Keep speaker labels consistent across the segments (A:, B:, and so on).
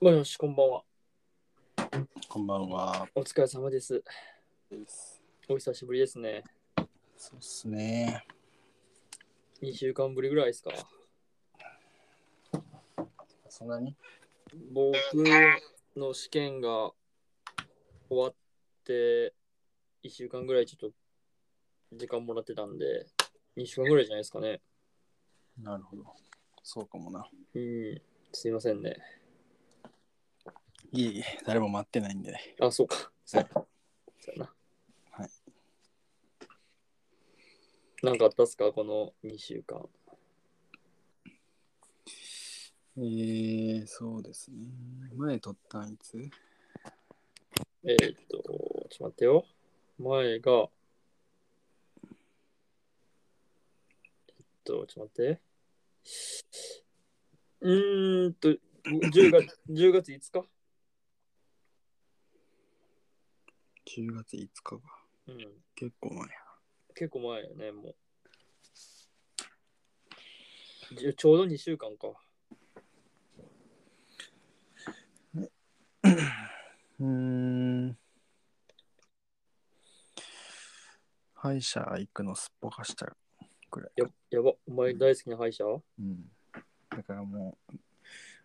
A: もよし、こんばんは。
B: こんばんは。
A: お疲れ様です。お久しぶりですね。
B: そうですね。
A: 2週間ぶりぐらいですか。
B: そんなに
A: 僕の試験が終わって1週間ぐらいちょっと時間もらってたんで、2週間ぐらいじゃないですかね。
B: なるほど。そうかもな。
A: うん、すいませんね。
B: いえいえ、誰も待ってないんで。
A: あ、そうか。
B: はい
A: そうやな。
B: はい。
A: なんかあったっすか、この2週間。
B: えー、そうですね。前撮ったんいつ
A: えーっと、ちょっと待ってよ。前が、えっと、ちょっと待って。うーんと、10月 ,10 月5日
B: ?10 月5日か。
A: うん。
B: 結構前や。
A: 結構前やね、もう。じゅちょうど2週間か。
B: うーん。歯医者行くのすっぽかしたくらい。
A: ややば、お前大好きな歯医者
B: うん。だからもう、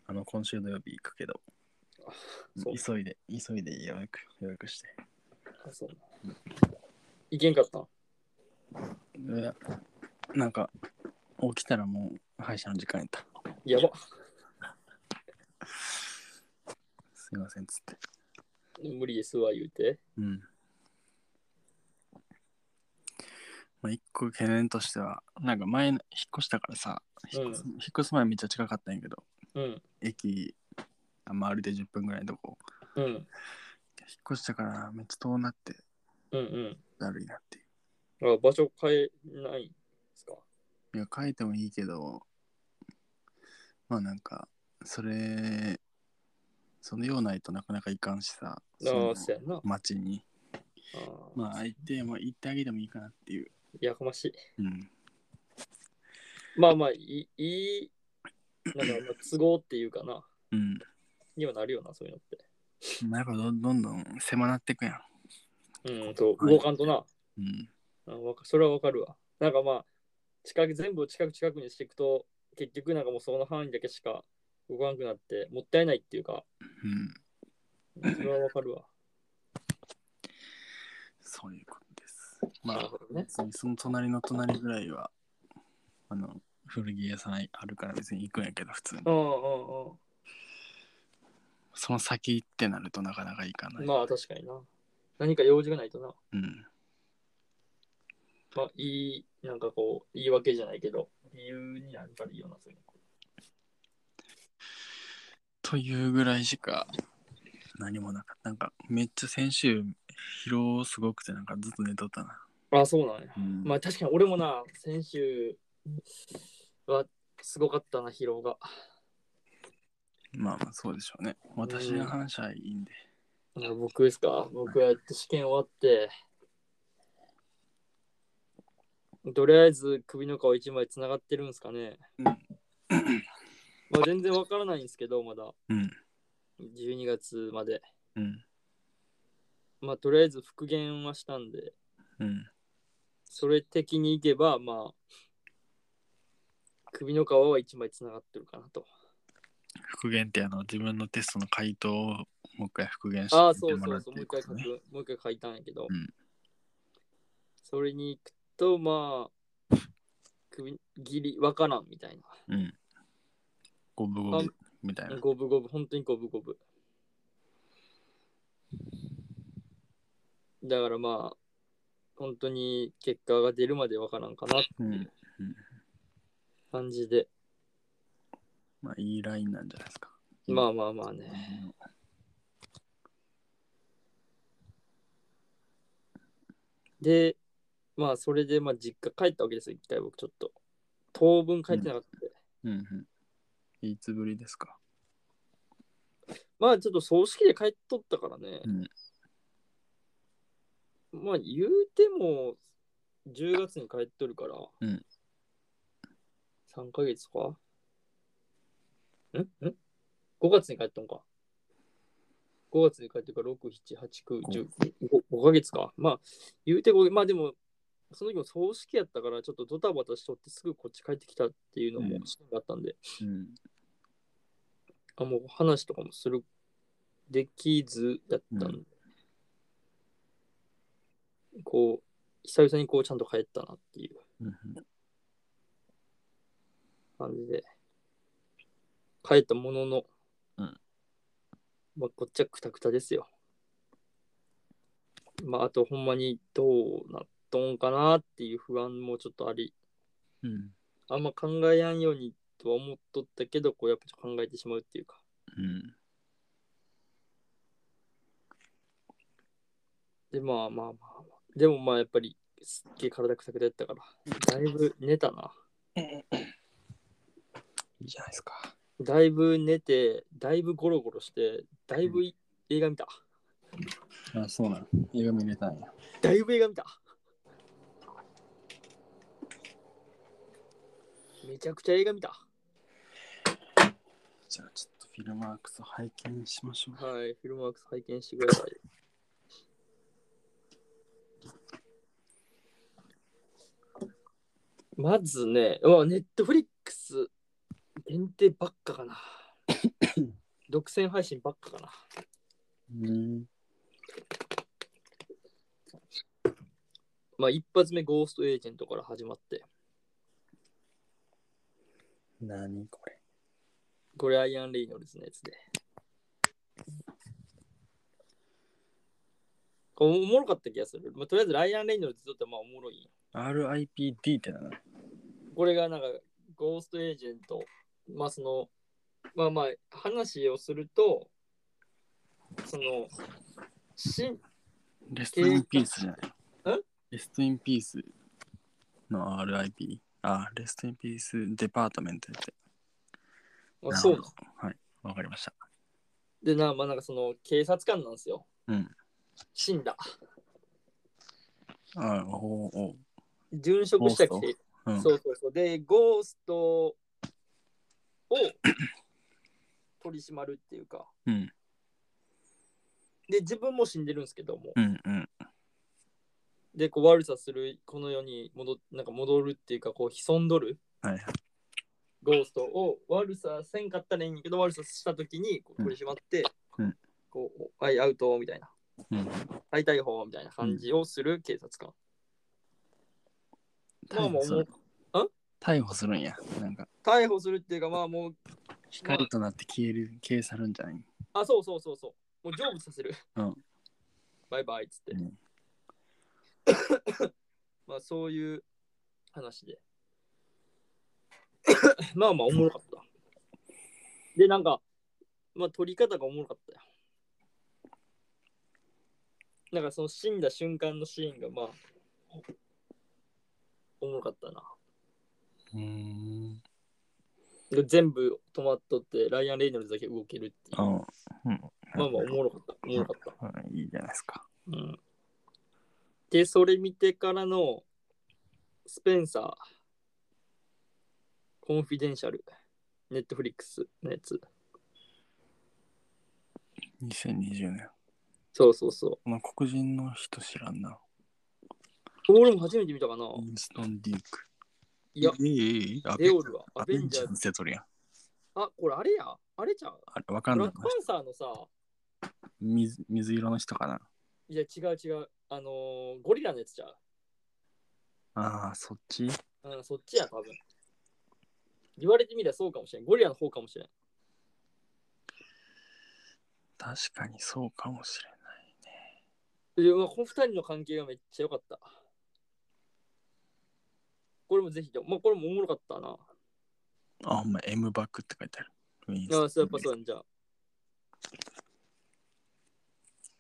B: あの、今週土曜日行くけど、
A: そう
B: 急いで、急いで予約、予約して。
A: あそう。いけんかったん
B: いや、なんか、起きたらもう、歯医者の時間やった。
A: やば。
B: すいません、つって。
A: 無理ですわ、言うて。
B: うん。まあ、一個懸念としては、なんか前、引っ越したからさ、引っ越す,、引っ越す前めっちゃ近かったんやけど、
A: うん。
B: 駅、あまあ、歩いて10分ぐらいのとこ、
A: うん。
B: 引っ越したからめっちゃ遠なって、
A: うん
B: だるいなってい
A: うん。あ場所変えないんですか
B: う。いや、書いてもいいけど、まあなんか、それ、そのようないとなかなかいかんしさ、
A: あ
B: その
A: あ、そうやんな。
B: 街に。
A: あ
B: まあ相手も言ってあげてもいいかなっていう。
A: ーやかましい。
B: うん。
A: まあまあ、いい、いいなんかまあ都合っていうかな、
B: うん。
A: にはなるよな、そういうのって。
B: まあやっぱどんどんどん狭なってくや
A: うんと、動かんとな。
B: ん。うん。
A: うん、わかそれはわかるわ。なんかまあ、近く、全部を近く近くにしていくと、結局なんかもうその範囲だけしか動かなくなって、もったいないっていうか、
B: うん。
A: うんそれはわかるわ。
B: そういうことです。ま
A: なる
B: あ
A: ほどね。
B: 別にその隣の隣ぐらいは、あの、古着屋さんあるから別に行くんやけど普通に
A: う。んうんうん。
B: その先ってなるとなかなか行かない。
A: まあ確かにな。何か用事がないとな。
B: うん。
A: まあいい、なんかこう、言い訳じゃないけど、理由になるからいいよな、そういうの。
B: というぐらいしか何もなかった。なんかめっちゃ先週疲労すごくてなんかずっと寝とったな。
A: あ、そうなんや。
B: うん
A: まあ確かに俺もな、先週はすごかったな、疲労が。
B: まあまあそうでしょうね。私の話はいいんで。
A: あ僕ですか僕やって試験終わって、とりあえず首の皮一枚つながってるんですかね。
B: うん
A: まあ全然わからないんですけど、まだ
B: うん。
A: 12月まで。
B: うん。
A: まあとりあえず復元はしたんで、
B: うん。
A: それ的にいけば、まあ、首の皮は一枚つながってるかなと。
B: 復元ってあの自分のテストの回答をもう一回復元して
A: ああ、
B: み
A: そ
B: て
A: う
B: も
A: そ
B: ら
A: う
B: っ
A: そう、
B: て
A: もう一
B: いうこ
A: 回書
B: と
A: く
B: ね、
A: もう一回書いたんやけど、
B: うん
A: それに行くと、まあ、首ギリわからんみたい
B: うん五分五分みたいな
A: な。五分五分、本当に五分五分。だからまあ、本当に結果が出るまでわからんかなって
B: うん
A: 感じで、
B: まあいいラインなんじゃないですかうん
A: まあまあまあね。で、まあそれでまあ実家帰ったわけですよ、一回僕ちょっと。当分帰ってなかったんで。
B: うんうんいつぶりですか
A: まあちょっと葬式で帰っとったからね。
B: うん
A: まあ言うても10月に帰っとるから。
B: うん
A: 3ヶ月とかんん ?5 月に帰っとんか。 5月で帰ってから6、7、8、9、10、5, 5ヶ月か。まあ、言うて5、まあでも、その時も葬式やったから、ちょっとドタバタしとってすぐこっち帰ってきたっていうのも
B: うん
A: あったんで、
B: うん。
A: あもう話とかもする、できずやったんで、こう、久々にこうちゃんと帰ったなっていう
B: うん
A: 感じで、帰ったものの、
B: うん
A: まあ、こっちはくたくたですよ。まあ、あと、ほんまにどうなっとんかなっていう不安もちょっとあり、
B: うん。
A: あんま考えやんようにとは思っとったけど、こうやっぱちょっと考えてしまうっていうか、
B: うん。
A: で、まあまあまあ、まあ、でもまあやっぱりすっげえ体くたくたやったから、だいぶ寝たな。
B: いいじゃないですか。
A: だいぶ寝て、だいぶゴロゴロして、だいぶい映画見た。
B: あ、そうなの。映画見れたんや。
A: だいぶ映画見た。めちゃくちゃ映画見た。
B: じゃあちょっとフィルマークス拝見しましょう。
A: はい、フィルマークス拝見してください。まずね、うわ、ネットフリックス限定ばっかかな。独占配信ばっかかな。
B: うん。
A: まあ、一発目、ゴーストエージェントから始まって、
B: 何これ。
A: これ、アイアン・レイノルズのやつで。これおもろかった気がする。まあ、とりあえず、ライアン・レイノルズにとってはまあおもろいんよ
B: RIPD ってなの。
A: これがなんかゴーストエージェント、まあその、まあまあ話をすると、その、しん
B: レストインピースじゃない。
A: ん
B: レストインピースの RIP。あ、レストインピースデパートメントやって。
A: あそうなの
B: なるほどはい。わかりました。
A: でな、まあなんかその警察官なんですよ。
B: うん。
A: 死んだ。
B: あ、おうおう。
A: 殉職した
B: ゴー
A: 警
B: うん。
A: そうそうそう。で、ゴースト を取り締まるっていうか、
B: うん。
A: で、自分も死んでるんですけども、
B: うん。うん。
A: で、こう悪さする、この世に戻っなんか戻るっていうか、こう潜んどる。
B: はいはい。
A: ゴーストを悪させんかったらいいんやけど悪さした時にこう
B: うん
A: 取り締まって、
B: うん
A: こうはいアウトみたいな
B: うん。
A: はい逮捕みたいな感じをする警察官、まあ
B: 逮
A: も
B: 捕
A: う
B: す
A: もう
B: る。逮捕するんや。なんか、
A: 逮捕するっていうかまあもう
B: 光となって消える、消え去るんじゃない
A: あそうそうそうそうもう成仏させる、
B: うん
A: バイバイっつって、
B: うん
A: まあそういう話で まあまあおもろかったでなんかまあ取り方がおもろかったよなんかその死んだ瞬間のシーンがまあおもろかったな
B: うん。
A: で全部止まっとってライアン・レイノルズだけ動けるっていう
B: あうん。
A: まあまあおもろかったおもろかった
B: うんいいじゃないですか。
A: うんで、それ見てからのスペンサー、コンフィデンシャル、ネットフリックスのやつ。
B: 2020年。
A: そうそうそ
B: この黒人の人知らんな。
A: う。俺も初めて見たかな。
B: インストン・ディーク。
A: いや、
B: えええアベ
A: レ
B: ン
A: オルは
B: ア
A: ア
B: ベ
A: ベ
B: ン
A: ン
B: ジ
A: ジ
B: ャ
A: ャ
B: ー
A: ーズ。
B: ズってやつおるやん。
A: あ、これあれや。あれじゃん。
B: あれ、わかん
A: ブ
B: な
A: ラッ
B: い
A: クパンサーのさ、
B: 水。水色の人かな。
A: いや違う違う。あのーゴリラのやつじゃん。
B: ああ、そっち
A: うん、そっちや、多分。言われてみりゃそうかもしれん。ゴリラの方かもしれん。
B: 確かにそうかもしれない。
A: いやまあこの二人の関係がめっちゃ良かった。これもぜひ、まあ、これもおもろかったな。
B: あ、ほんま、M バックって書いてある。ウィンス
A: あ
B: トン
A: あ、そうやっぱそうやんじゃあ。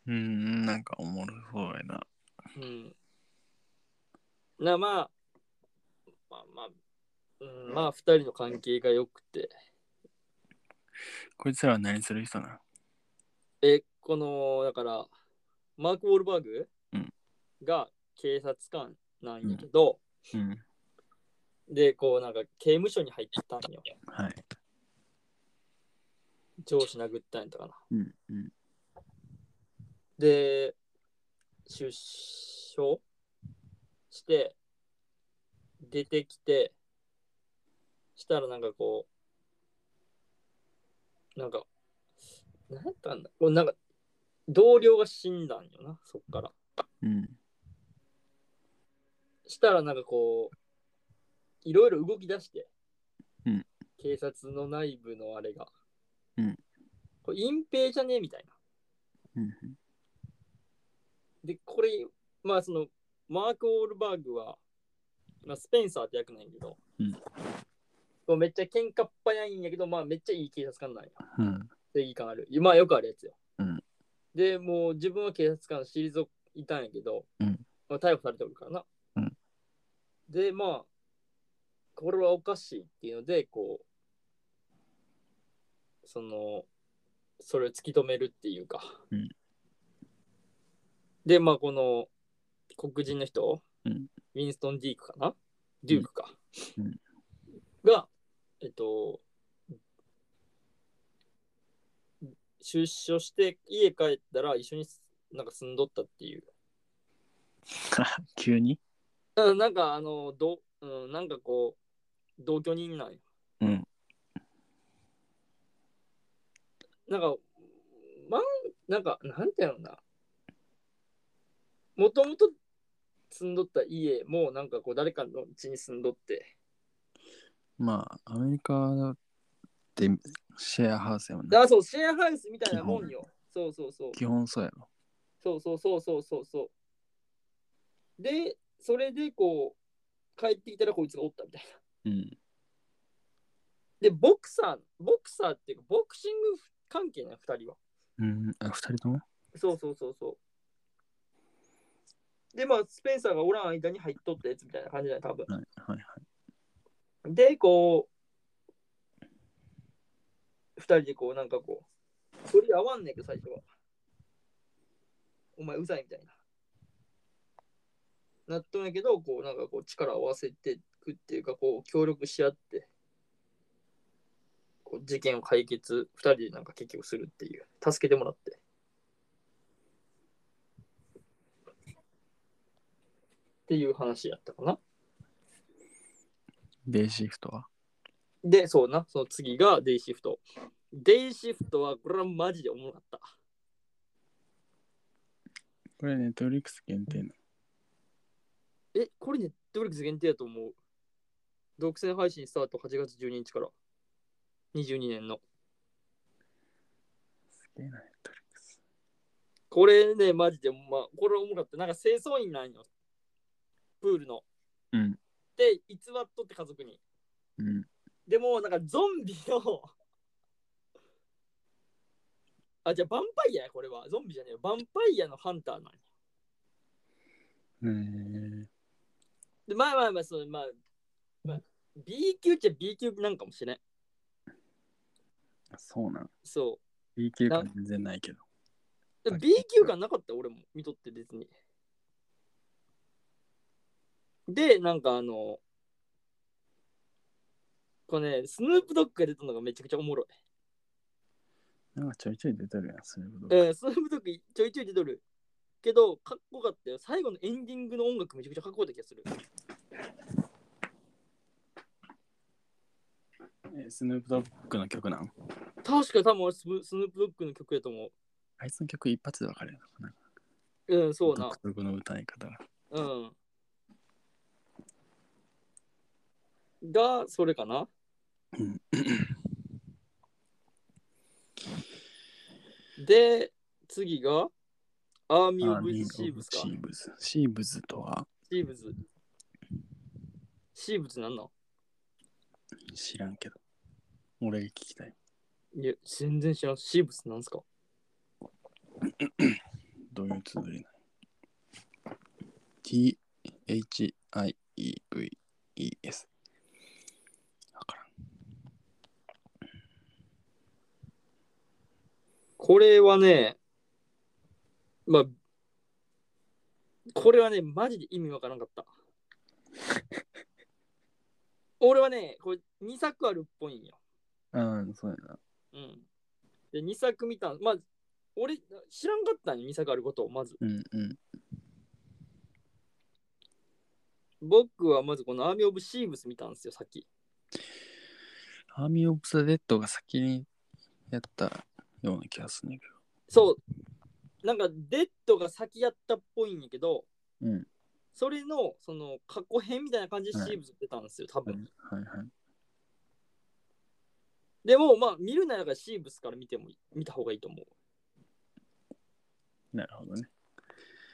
B: うん、なんかおもろそうやな。
A: うん。な、まあ、まあまあ、うん、まあ、二人の関係が良くて。
B: こいつらは何する人な
A: え、この、だから、マーク・ウォールバーグ
B: うん
A: が警察官なんやけど、
B: うん。
A: で、こう、なんか刑務所に入ったんよ。
B: はい。
A: 上司殴ったんやったかな。
B: うん。うん。
A: で、出所して、出てきて、したらなんかこう、なんか、なんやったんだこれなんか、同僚が死んだんよな、そっから。
B: うん。
A: したらなんかこう、いろいろ動き出して、
B: うん
A: 警察の内部のあれが、
B: うん
A: これ隠蔽じゃねえみたいな。
B: うん。
A: で、これ、まあその、マーク・オールバーグは、まあ、スペンサーって役なんやけど、
B: うん
A: こうめっちゃ喧嘩っ早いんやけど、まあめっちゃいい警察官なんや。
B: うん。
A: 正義感ある。まあよくあるやつよ。
B: うん
A: で、もう自分は警察官を退いたんやけど、
B: うん
A: まあ、逮捕されておるからな。
B: うん
A: で、まあ、これはおかしいっていうので、こう、その、それを突き止めるっていうか。
B: うん
A: で、まあ、この黒人の人、
B: うん
A: ウィンストン・ディークかなデュークか。
B: うん
A: が、えっと、出所して家帰ったら一緒になんか住んどったっていう。
B: 急に
A: うんなんかあの、どうん、なんかこう、同居人なんよ
B: うん。
A: なんか、まん、なんか、なんていうのかな。もともと住んどった家もなんかこう誰かの家に住んどって。
B: まあ、アメリカってシェアハウスやもんな。
A: あ、そう、シェアハウスみたいなもんよ。そうそうそう。
B: 基本そうやろ。
A: そうそうそうそうそうそう。で、それでこう、帰ってきたらこいつがおったみたいな。
B: うん。
A: で、ボクサー、ボクサーっていうか、ボクシング関係な、二人は。
B: うん。あ、二人とも
A: そうそうそうそう。で、まあ、スペンサーがおらん間に入っとったやつみたいな感じだよ、多分。
B: はいはいはい。
A: で、こう、二人でこう、なんかこう、それで合わんねんけど、最初は。お前、うざいみたいな。なっとんやけど、こう、なんかこう、力を合わせてくっていうか、こう、協力し合って、こう、事件を解決、二人でなんか結局するっていう、助けてもらって。っていう話やったかな。
B: デイシフトは
A: で、そうな、その次がデイシフト。デイシフトは、これはマジでおもろかった。
B: これネットフリックス限定の。
A: え、これネットフリックス限定だと思う。独占配信スタート8月12日から。22年の。
B: すげえな、ネットフリックス。
A: これね、マジで、まあ、これおもろかった。なんか清掃員なんよ。プールの。
B: うん。
A: で、偽っとって家族に。
B: うん。
A: でも、なんかゾンビの。あ、じゃあ、ヴァンパイアや、これは。ゾンビじゃねえよ。ヴァンパイアのハンターなんよ
B: え
A: で、まあまあまあ、その、まあ、まあ、B 級っちゃ B 級なんかもしれん。
B: ー、そうなん。
A: そ
B: B 級感全然ないけど。
A: う。で B 級感なかった、俺も。見とって別に。で、なんかあの、これね、スヌープドッグが出たのがめちゃくちゃおもろい。
B: なんかちょいちょい出てるやん、それほど。
A: えー、スヌープドッグちょいちょい出とる。けど、かっこよかったよ。最後のエンディングの音楽めちゃくちゃかっこよかった気がする。
B: えスヌープドッグの曲なん
A: 確か多分俺スヌスヌープドッグの曲やと思
B: あいつの曲一発でわかるやん。なんか
A: う。うん、そうな
B: 独。特の歌い方が。
A: うん。が、それかな
B: うん
A: で、次が、アーミー・
B: あ
A: オブ・シーブスか
B: シ。ーブス。シーブスとは
A: シーブズ。シーブズなんなん
B: 知らんけど。俺が聞きたい。
A: いや、全然知らん。シーブズなんすか
B: どういうつづりなの ?T-H-I-E-V-E-S。わからん。
A: これはね、まあ、これはね、マジで意味わからんかった。 俺はね、これ2作あるっぽいんよ。
B: ああ、そうやな。
A: うん。で、2作見たん、まあ、俺、知らんかったんよ、ミサがあることを、まず。
B: うんうん。
A: 僕はまずこのアーミー・オブ・シーブス見たんですよ、さっき。
B: アーミー・オブ・ザ・デッドが先にやったような気がするんだけ
A: そう。なんか、デッドが先やったっぽいんやけど、
B: ど。うん。
A: それの、その、過去編みたいな感じでシーブス出たんですよ、多分。
B: はいはい。
A: でも、まあ、見るならシーブスから見ても、見た方がいいと思う。
B: なるほどね。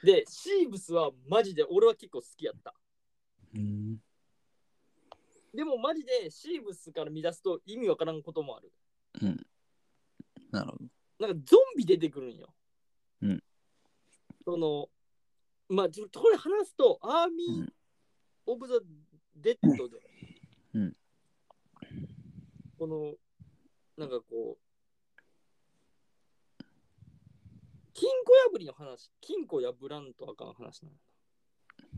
A: で、シーブスはマジで、俺は結構好きやった。
B: うん。
A: でも、マジで、シーブスから見出すと意味わからんこともある。
B: なるほど。
A: なんか、ゾンビ出てくるんよ。
B: うん。
A: その、まあ、ちょっとこれ話すと、アー
B: う
A: ミー
B: ん・
A: オブ・ザ・デッドで、
B: うん
A: この、なんかこう、金庫破りの話、金庫破らんとあかん話なの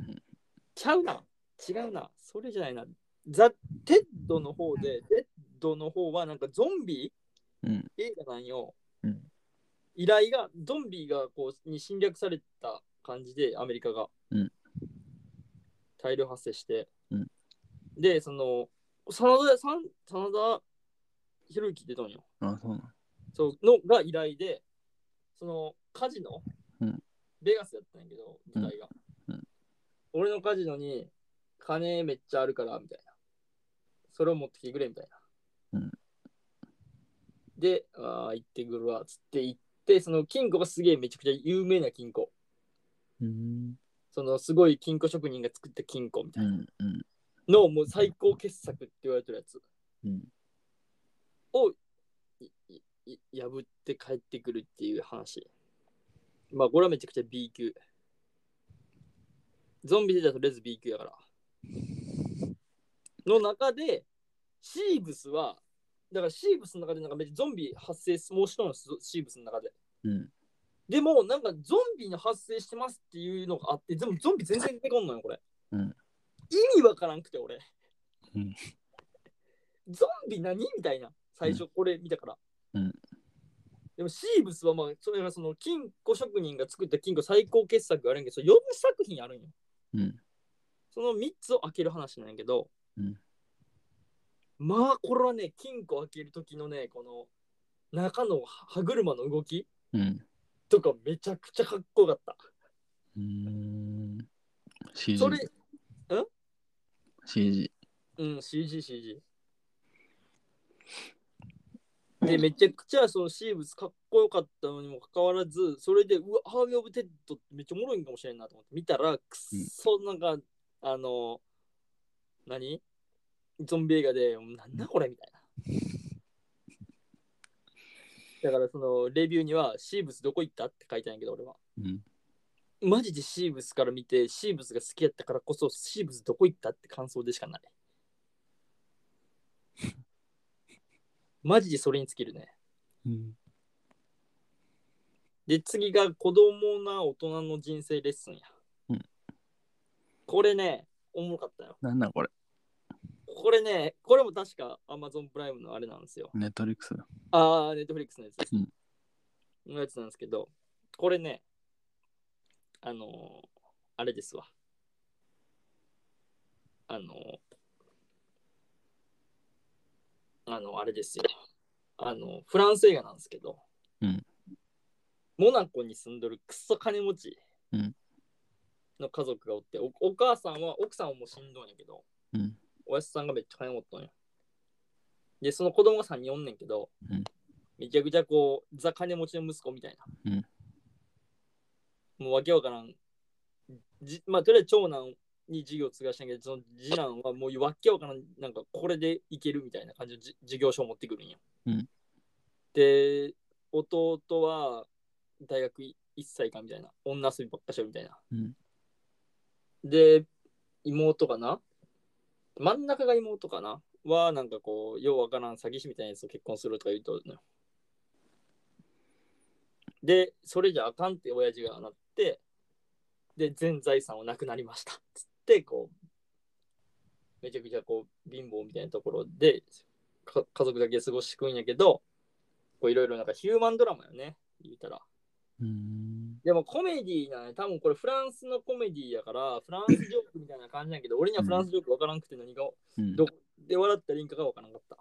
B: うん。
A: ちゃうな、違うな、それじゃないな。ザ・テッドの方で、デッドの方はなんかゾンビ
B: うん。
A: 映画なんよ。
B: うん
A: 依頼が、ゾンビがこうに侵略された感じで、アメリカが。
B: うん
A: 大量発生して。
B: うん
A: で、その、真田さん、真田広之出たんよ。
B: あ、そうなの。
A: そうのが依頼で、そのカジノ、
B: うん
A: ベガスやったんやけど、舞台が。
B: うんうん
A: 俺のカジノに金めっちゃあるから、みたいな。それを持ってきてくれ、みたいな。
B: うん
A: で、あー行ってくるわ、つって行って、その金庫がすげえめちゃくちゃ有名な金庫。
B: うん。
A: そのすごい金庫職人が作った金庫みた
B: う。
A: いなん
B: うん。
A: の、もう最高傑作って言われてるやつ。
B: うん。
A: をいいい破って帰ってくるっていう話。まあ、これはめちゃくちゃ B 級。ゾンビ出たらとりあえず B 級やから。の中で、シーブスは、だからシーブスの中でなんかめっちゃゾンビ発生すもうしとんのシーブスの中で。
B: うん。
A: でも、なんかゾンビの発生してますっていうのがあって、でもゾンビ全然出てこんのよ、これ。
B: うん
A: 意味わからんくて、俺。
B: うん
A: ゾンビ何みたいな、最初これ見たから。
B: うん
A: でも、シーブスは、まあ、それがその金庫職人が作った金庫最高傑作があるんやけど、その4作品あるんよ。
B: うん
A: その3つを開ける話なんやけど、
B: うん
A: まあ、これはね、金庫開ける時のね、この中の歯車の動き。
B: うん。
A: とかめちゃくちゃかっこよかった。
B: うん。CG。
A: それ、
B: CG。
A: うん、CG、CG。で、めちゃくちゃそのシーブスかっこよかったのにもかかわらず、それで、うわ、ハーミー・オブ・テッドってめっちゃおもろいんかもしれんなと思って見たら、くっそ、なんか、あの、何ゾンビ映画で、なんだこれみたいな。だからそのレビューにはシーブスどこ行ったって書いてないけど俺は
B: うん。
A: マジでシーブスから見て、シーブスが好きやったからこそ、シーブスどこ行ったって感想でしか ない。マジでそれに尽きるね。
B: うん。
A: で、次が子供な大人の人生レッスンや。
B: うん
A: これね、おもろかったよ。
B: なんだこれ。
A: これね、これも確か Amazon プライムのあれなんですよ。
B: ネットリックスだ。
A: あー、ネットフリックスのやつです。
B: うん
A: のやつなんですけど、これね、あのーあれですわ。あのーあの、あれですよ。あの、フランス映画なんですけど、
B: うん
A: モナコに住んどるクソ金持ち
B: うん
A: の家族がおって、おお母さんは、奥さんはもう死んどんやけど、
B: うん
A: おやすさんがめっちゃ金持っとんや。で、その子供が3人おんねんけど、
B: うん
A: めちゃくちゃこう、ザ金持ちの息子みたいな。もうわけわからん。じまあ、とりあえず長男に授業を継がしたんやけど、その次男はもうわけわからん、なんかこれでいけるみたいな感じのじ授業書を持ってくるんや。
B: うん
A: で、弟は大学1歳かみたいな、女遊びばっかしよるみたいな。
B: うん
A: で、妹かな真ん中が妹かなはなんかこう、ようわからん詐欺師みたいなやつと結婚するとか言うとるのよ。で、それじゃあかんって親父がなって、で、全財産をなくなりました。つって、こう、めちゃくちゃこう、貧乏みたいなところで、か家族だけ過ごしてくんやけど、こういろいろなんかヒューマンドラマよね。言うたら。
B: うん。
A: でもコメディーなんや多分これフランスのコメディーやから、フランスジョークみたいな感じなんやけど、俺にはフランスジョークわからんくて何が、
B: うん
A: どで笑ったリンクがわからんかった。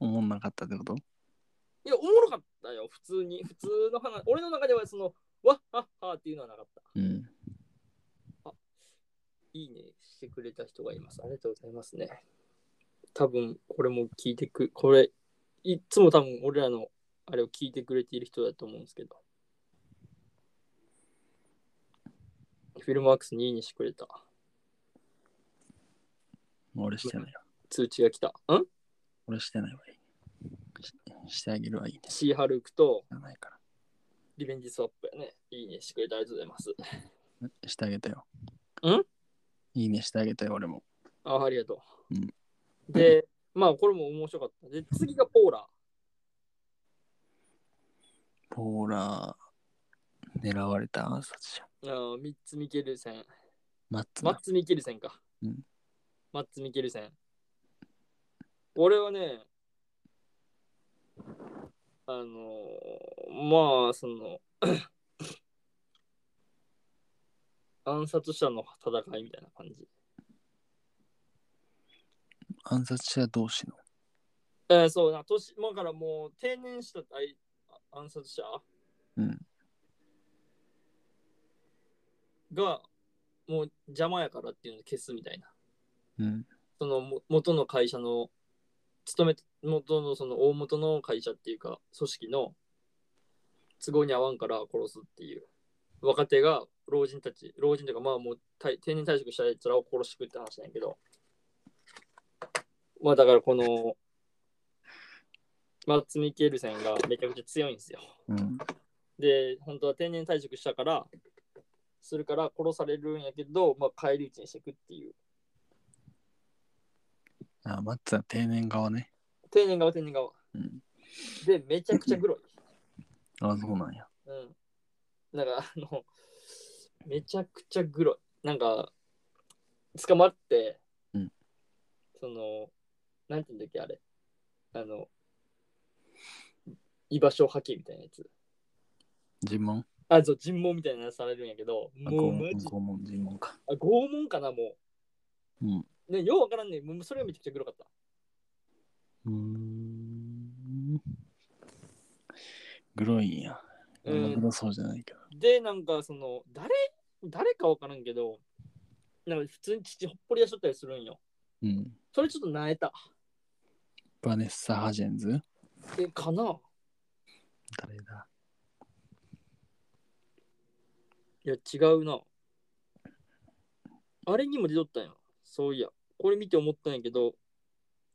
B: おもんなかったってこと
A: いや、おもろかったよ、普通に。普通の話、俺の中ではその、わっはっはっていうのはなかった。
B: うん。
A: いいねしてくれた人がいます。ありがとうございますね。多分これも聞いてく、これ、いっつも多分俺らのあれを聞いてくれている人だと思うんですけど。フィルムワークスにいいねしてくれた。
B: 俺してないわ。
A: 通知が来た。ん
B: 俺してないわ。ししてあげるはいいね。
A: シーハルクと
B: じゃないか
A: リベンジスワップやね。いいねしてくれてありがとうございます。
B: ら。してあげたよ。
A: ん
B: いいねしてあげたよ、俺も。
A: あありがとう。
B: うん
A: で、 まあこれも面白かった。で、次がポーラ。
B: ポーラー、狙われた暗殺者。
A: あーミッツ・ミケルセン。
B: マッツ
A: マ
B: だ
A: ッツ・ミケルセンか。
B: うん
A: マッツ・ミケルセン。俺はね、あのーまあ、その、 暗殺者の戦いみたいな感じ。
B: 暗殺者同士の。
A: えーそうな、年、まあからもう定年したあいあ暗殺者
B: うん。
A: が、もう邪魔やからっていうので消すみたいな。
B: うん。
A: そのも元の会社の勤め元のその大元の会社っていうか組織の都合に合わんから殺すっていう若手が老人たち老人というかまあもう退定年退職したやつらを殺してくって話なんやけどまあだからこのマッツ・ミケルセンがめちゃくちゃ強いんですよ
B: うん。
A: で本当は定年退職したからするから殺されるんやけど、まあ、返り討ちにしていくっていう
B: あ、マッツは定年側ね。
A: 定年側定年側
B: うん。
A: でめちゃくちゃグロい
B: あ、そうなんや。
A: うん。なんかあの、めちゃくちゃグロい。なんか、捕まって、
B: うん
A: その、なんていうんだっけ、あれ。あの、居場所破棄みたいなやつ。
B: 尋問
A: あ、そう、尋問みたいなやつされるんやけど、
B: あ
A: もう
B: 拷
A: マ
B: 問
A: ジ、
B: 拷問、尋問か。
A: あ、拷問かな、も
B: うん。
A: う。ね、ようわからんね。もうそれがめちゃくちゃグロかった。
B: うーん。グロいんや。
A: う
B: 俺もグ
A: ん、
B: ロそうじゃないけど。
A: で、なんか、その、誰、誰かわからんけど、なんか普通に父ほっぽり出しとったりするんよ。
B: うん。
A: それちょっとなえた。
B: バネッサ・ハジェンズ
A: え、かな
B: 誰だ
A: いや、違うな。あれにも出とったんや。そういや。これ見て思ったんやけど、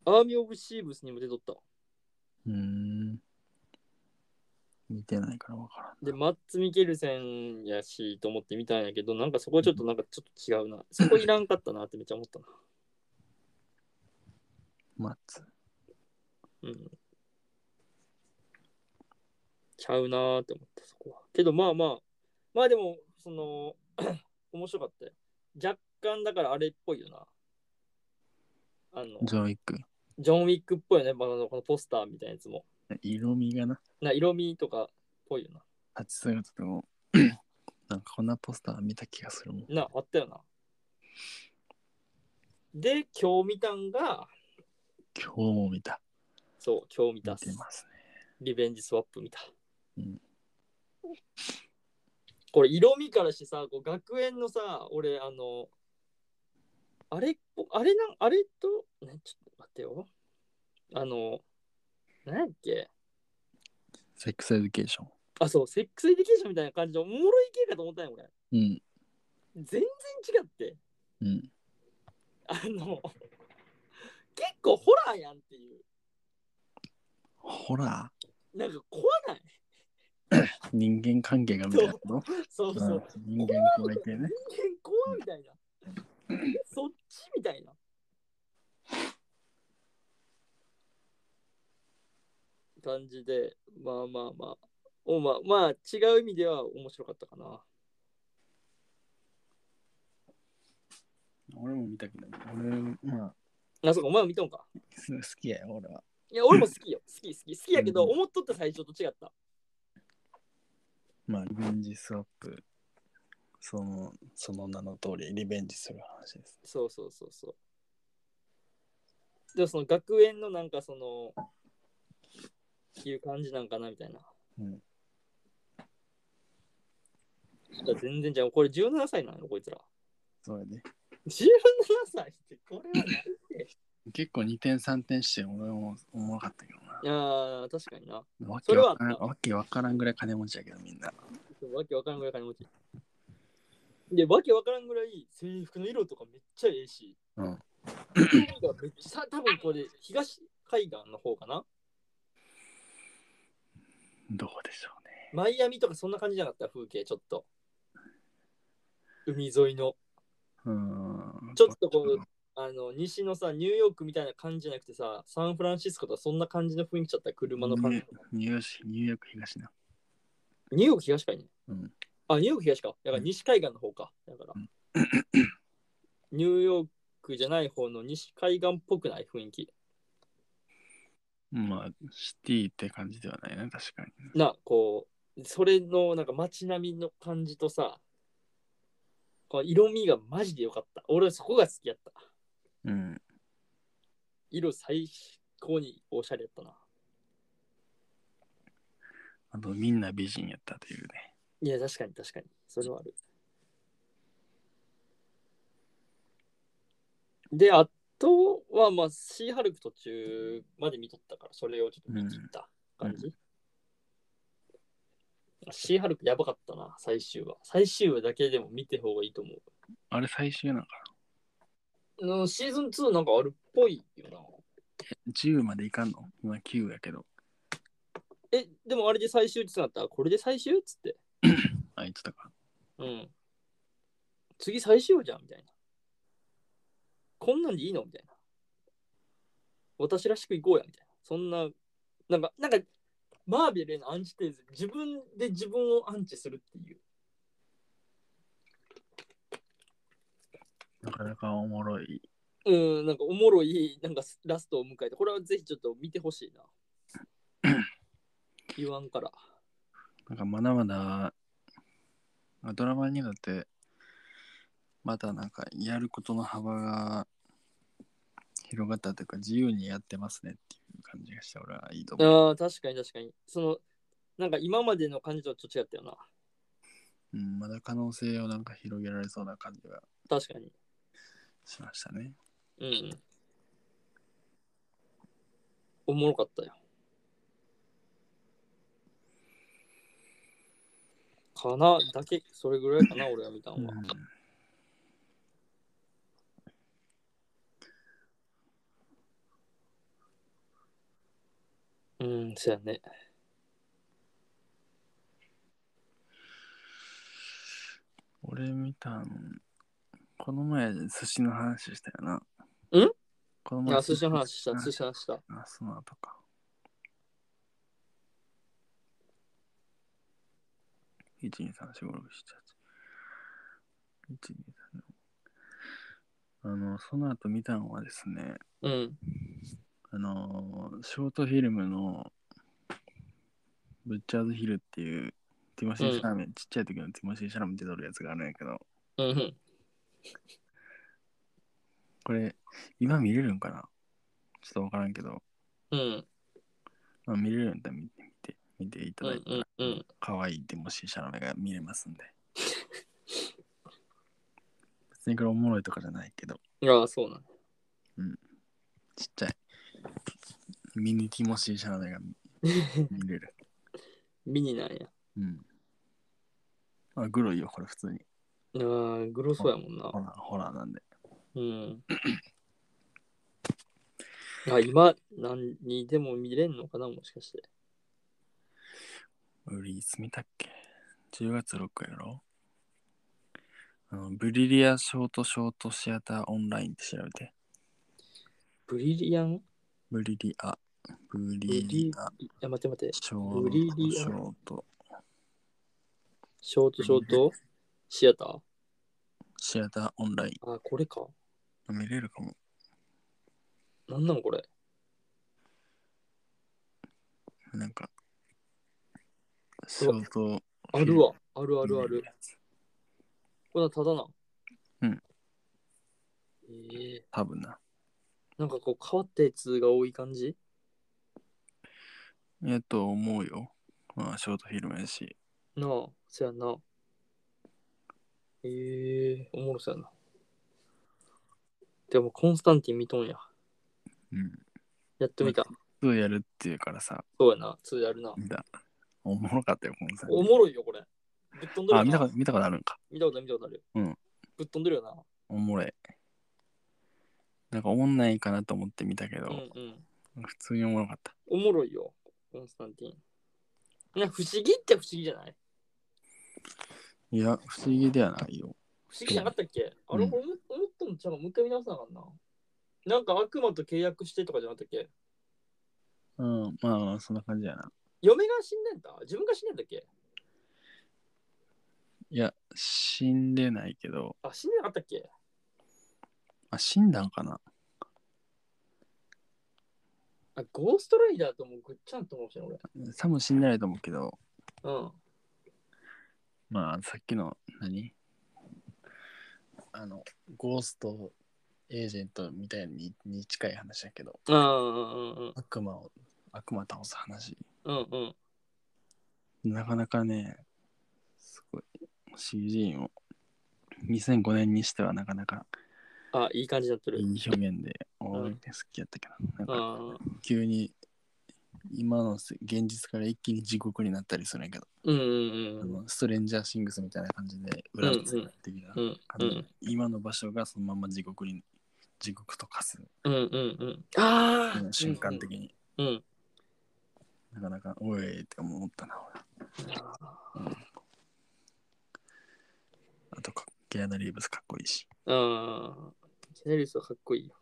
A: アーミー・オブ・シーブスにも出とった。
B: うーん。見てないから分からん。
A: で、マッツ・ミケルセンやしと思って見たんやけど、なんかそこちょっとなんかちょっと違うな。そこいらんかったなってめっちゃ思ったな。
B: マッツ。
A: うん。ちゃうなーって思った、そこは。けどまあまあ、まあでも、その、面白かったよ。若干だからあれっぽいよな。あの、
B: ジョン・ウィック。
A: ジョン・ウィックっぽいよね、まああのこのポスターみたいなやつも。
B: 色味がな。
A: な色味とかっぽいよ
B: 立ち姿とも、 なんかこんなポスター見た気がするもん。
A: な。な、あったよな。で、今日見たんが、
B: 今日も見た。
A: そう、今日見た
B: 見
A: っす
B: てますね。
A: リベンジスワップ見た。
B: うん
A: これ、色味からしてさ、こう学園のさ、俺、あの、あれっぽ、あれなん、あれと、ね、ちょっと待ってよ。あの、なんやっけ
B: セックス・エデュケーショ
A: あ、そう、セックスエディケーションみたいな感じで、おもろい系かと思ったんよ、俺。
B: ン。
A: 全然違って。
B: うん。うん。
A: あの、結構ホラーやんっていう。
B: ホラ
A: なんか怖ない。
B: ー人間関係が見たいなこと
A: そうそう。
B: うん人間関係
A: 人間
B: ね。
A: 怖みたいな。そっちみたいな。感じで、まあまあまあ。おまあ、まあ、違う意味では面白かったかな。
B: 俺も見たけど、俺、まあ、
A: あ、そうか、お前も見とんか。
B: す好きやよ、俺は。
A: いや、俺も好きよ。好き、好き。好きやけど、
B: うん
A: 思っとった最初と違った。
B: まあ、リベンジスワップ、その、その名の通り、リベンジする話です。
A: そうそうそうそう。でもその学園のなんかその、いう感じなんかなみたいな。
B: うん
A: だから全然じゃん。これ17歳なのこいつら。
B: そうやね。
A: 17歳ってこれはないって。
B: 結構2点3点して、俺もおもろかったけど
A: いやー、確かにな。
B: な。わ
A: そ
B: け
A: れはあっ
B: わ
A: た
B: からん、わけわからんぐらい金持ちやけど、みんな。
A: わけわからんぐらい金持ち。で、わけわからんぐらい制服の色とかめっちゃええし。
B: うん。
A: 海がめっちゃ、多分これ、東海岸の方かな
B: どうでしょうね。
A: マイアミとかそんな感じじゃなかった風景、ちょっと。海沿いの。
B: うーん。
A: ちょっとこう、あの、西のさ、ニューヨークみたいな感じじゃなくてさ、サンフランシスコとかそんな感じの雰囲気ちゃった、車の感じ。
B: ねニューヨーク、ニューヨーク東な。
A: ニューヨーク東かいね。
B: うん
A: あ、ニューヨーク東か。だから西海岸の方か。だから
B: う。
A: ニューヨークじゃない方の西海岸っぽくない雰囲気。
B: まあ、シティって感じではないな、確かに。
A: な、こう、それのなんか街並みの感じとさ、この色味がマジでよかった。俺はそこが好きやった。
B: うん。
A: 色最高におしゃれやったな。
B: あと、みんな美人やったというね。
A: いや、確かに確かに。それはある。で、あとは、まあ、シーハルク途中まで見とったから、それをちょっと見切った感じ。シーハルクやばかったな、最終話。最終話だけでも見て方がいいと思
B: あれ、最終なんか
A: う。うんシーズン2なんかあるっぽいよな。
B: な、10までいかんの今9やけど。
A: え、でもあれで最終ってなったら、これで最終っつって。
B: あいつとか。
A: うん。次最終話じゃんみたいな。こんなんでいいのみたいな。私らしく行こうやみたいな。そんな、なんか、なんか、マーベルへのアンチテーゼ、自分で自分をアンチするっていう。
B: なかなかおもろい。
A: うん、なんかおもろい、なんかラストを迎えて、これはぜひちょっと見てほしいな。言わんから。
B: なんかまだまだ、まあドラマにだって、まだなんかやることの幅が広がったというか、自由にやってますねっていう感じがして、俺はいいと思う。
A: ああ、確かに確かに。その、なんか今までの感じとはちょっと違ったよな。
B: うん、まだ可能性をなんか広げられそうな感じが
A: 確かに。
B: しましたね。
A: うん。おもろかったよ。かなだけ、それぐらいかな、俺が見た
B: うんん
A: は。うん、そうやね。
B: 俺見たん、この前寿司の話したよな。
A: ん
B: この前
A: あ、寿司の話した、寿司の話した。
B: あ、その後か。1、2、3、4、5、6、7、8。1、2、3、4。あの、その後見たのはですね、
A: うん。
B: あの、ショートフィルムの、ブッチャーズヒルっていう、ティモシー・シャラメン、ちっちゃい時のティモシー・シャラメン出てるやつがあるんやけど、
A: うんうん。
B: これ、今見れるんかなちょっとわからんけど、
A: うん。
B: まあ、見れるんだったら見て、見て、見ていた
A: う
B: だい
A: ん
B: て。
A: うんうん。
B: 可愛いでもしシャラメが見れますんで。別にこれおもろいとかじゃないけど、
A: いや、そうなの。
B: ちっちゃい。ミニティモシーシャラメが見見れる。
A: ミニなんや。
B: うん。あ、グロいよ、これ普通に。
A: あーグロそうやもんな
B: ホ。ラー、ホラーなんで。
A: うん。あ今、何にでも見れんのかな、もしかして。
B: 売り済みたっけ ?10 月6日やろあの、ブリリアショートショートシアターオンラインって調べて。
A: ブリリアンい
B: ブリリア、ブリリア、
A: や、待って待って。
B: ショ
A: ブリ
B: ート
A: リア
B: ショート
A: ショートショートシアター
B: シアターオンライ
A: あ、これか。
B: ン。見れるかも。
A: なんなのこれ。
B: なんか、ショート
A: あるわ。あるあるある。これはただな。
B: うん。
A: ええ
B: 多分な。
A: なんかこう変わったやつが多い感じ
B: えっと、思うよ。まあ、ショートフィルムやし。
A: なあ、そやな。ええおもろそうやな。でもコンスタンティン見とんや。
B: うん。
A: やってみた。
B: そうやるっていうからさ、
A: そうやな。通やるな。
B: 見た。おもろかったよ、このさ。
A: おもろいよ、これ。ぶっ飛んどるよな
B: あ、見たこと、見たことあるんか。
A: 見たことある、見たことある。
B: うん。
A: ぶっ飛んでるよな。
B: おもろい。なんか、おもんないかなと思って見たけど、
A: うんうん。
B: 普通におもろかった。
A: おもろいよ、コンスタンティン。なんか不思議って不思議じゃない
B: いや、不思議ではないよ。
A: 不思議じゃなかったっけあれ、
B: うん
A: 俺思思ったのちゃうかもう一回見直さなあかんな。なんか悪魔と契約してとかじゃなかったっけ
B: うん、まあ、そんな感じやな。
A: 嫁が死んでんだ自分が死んでんだっけ
B: いや、死んでないけど、
A: あ、死んでなかったっけ
B: あ、死んだんかな。
A: あ、ゴーストライダーともぐっちゃんと思うしな、俺。
B: 多分死んでないと思うけど、
A: うん。
B: まあ、さっきの何、あの、ゴーストエージェントみたいにに近い話だけど、
A: うんうんうん
B: 悪魔を、悪魔倒す話。
A: うんうん。
B: なかなかね、すごい、CG を2005年にしてはなかなか
A: あ、いい感じになって
B: い
A: る。
B: い表現で、俺好きやったけど、なん
A: う
B: か
A: ん
B: 急に今のせ現実から一気に地獄になったりするんやけど、
A: うんうん
B: あ
A: うん。
B: のストレンジャーシングスみたいな感じで裏打つ的な
A: うんう
B: 感じで
A: ん
B: 今の場所がそのまま地獄に地獄と化す
A: うんうんうん。ああ
B: 瞬間的に、
A: うん。
B: なかなかおいって思ったな俺あとかケアナ・リーブスかっこいいし
A: ああ。ケネリスはかっこいいよ。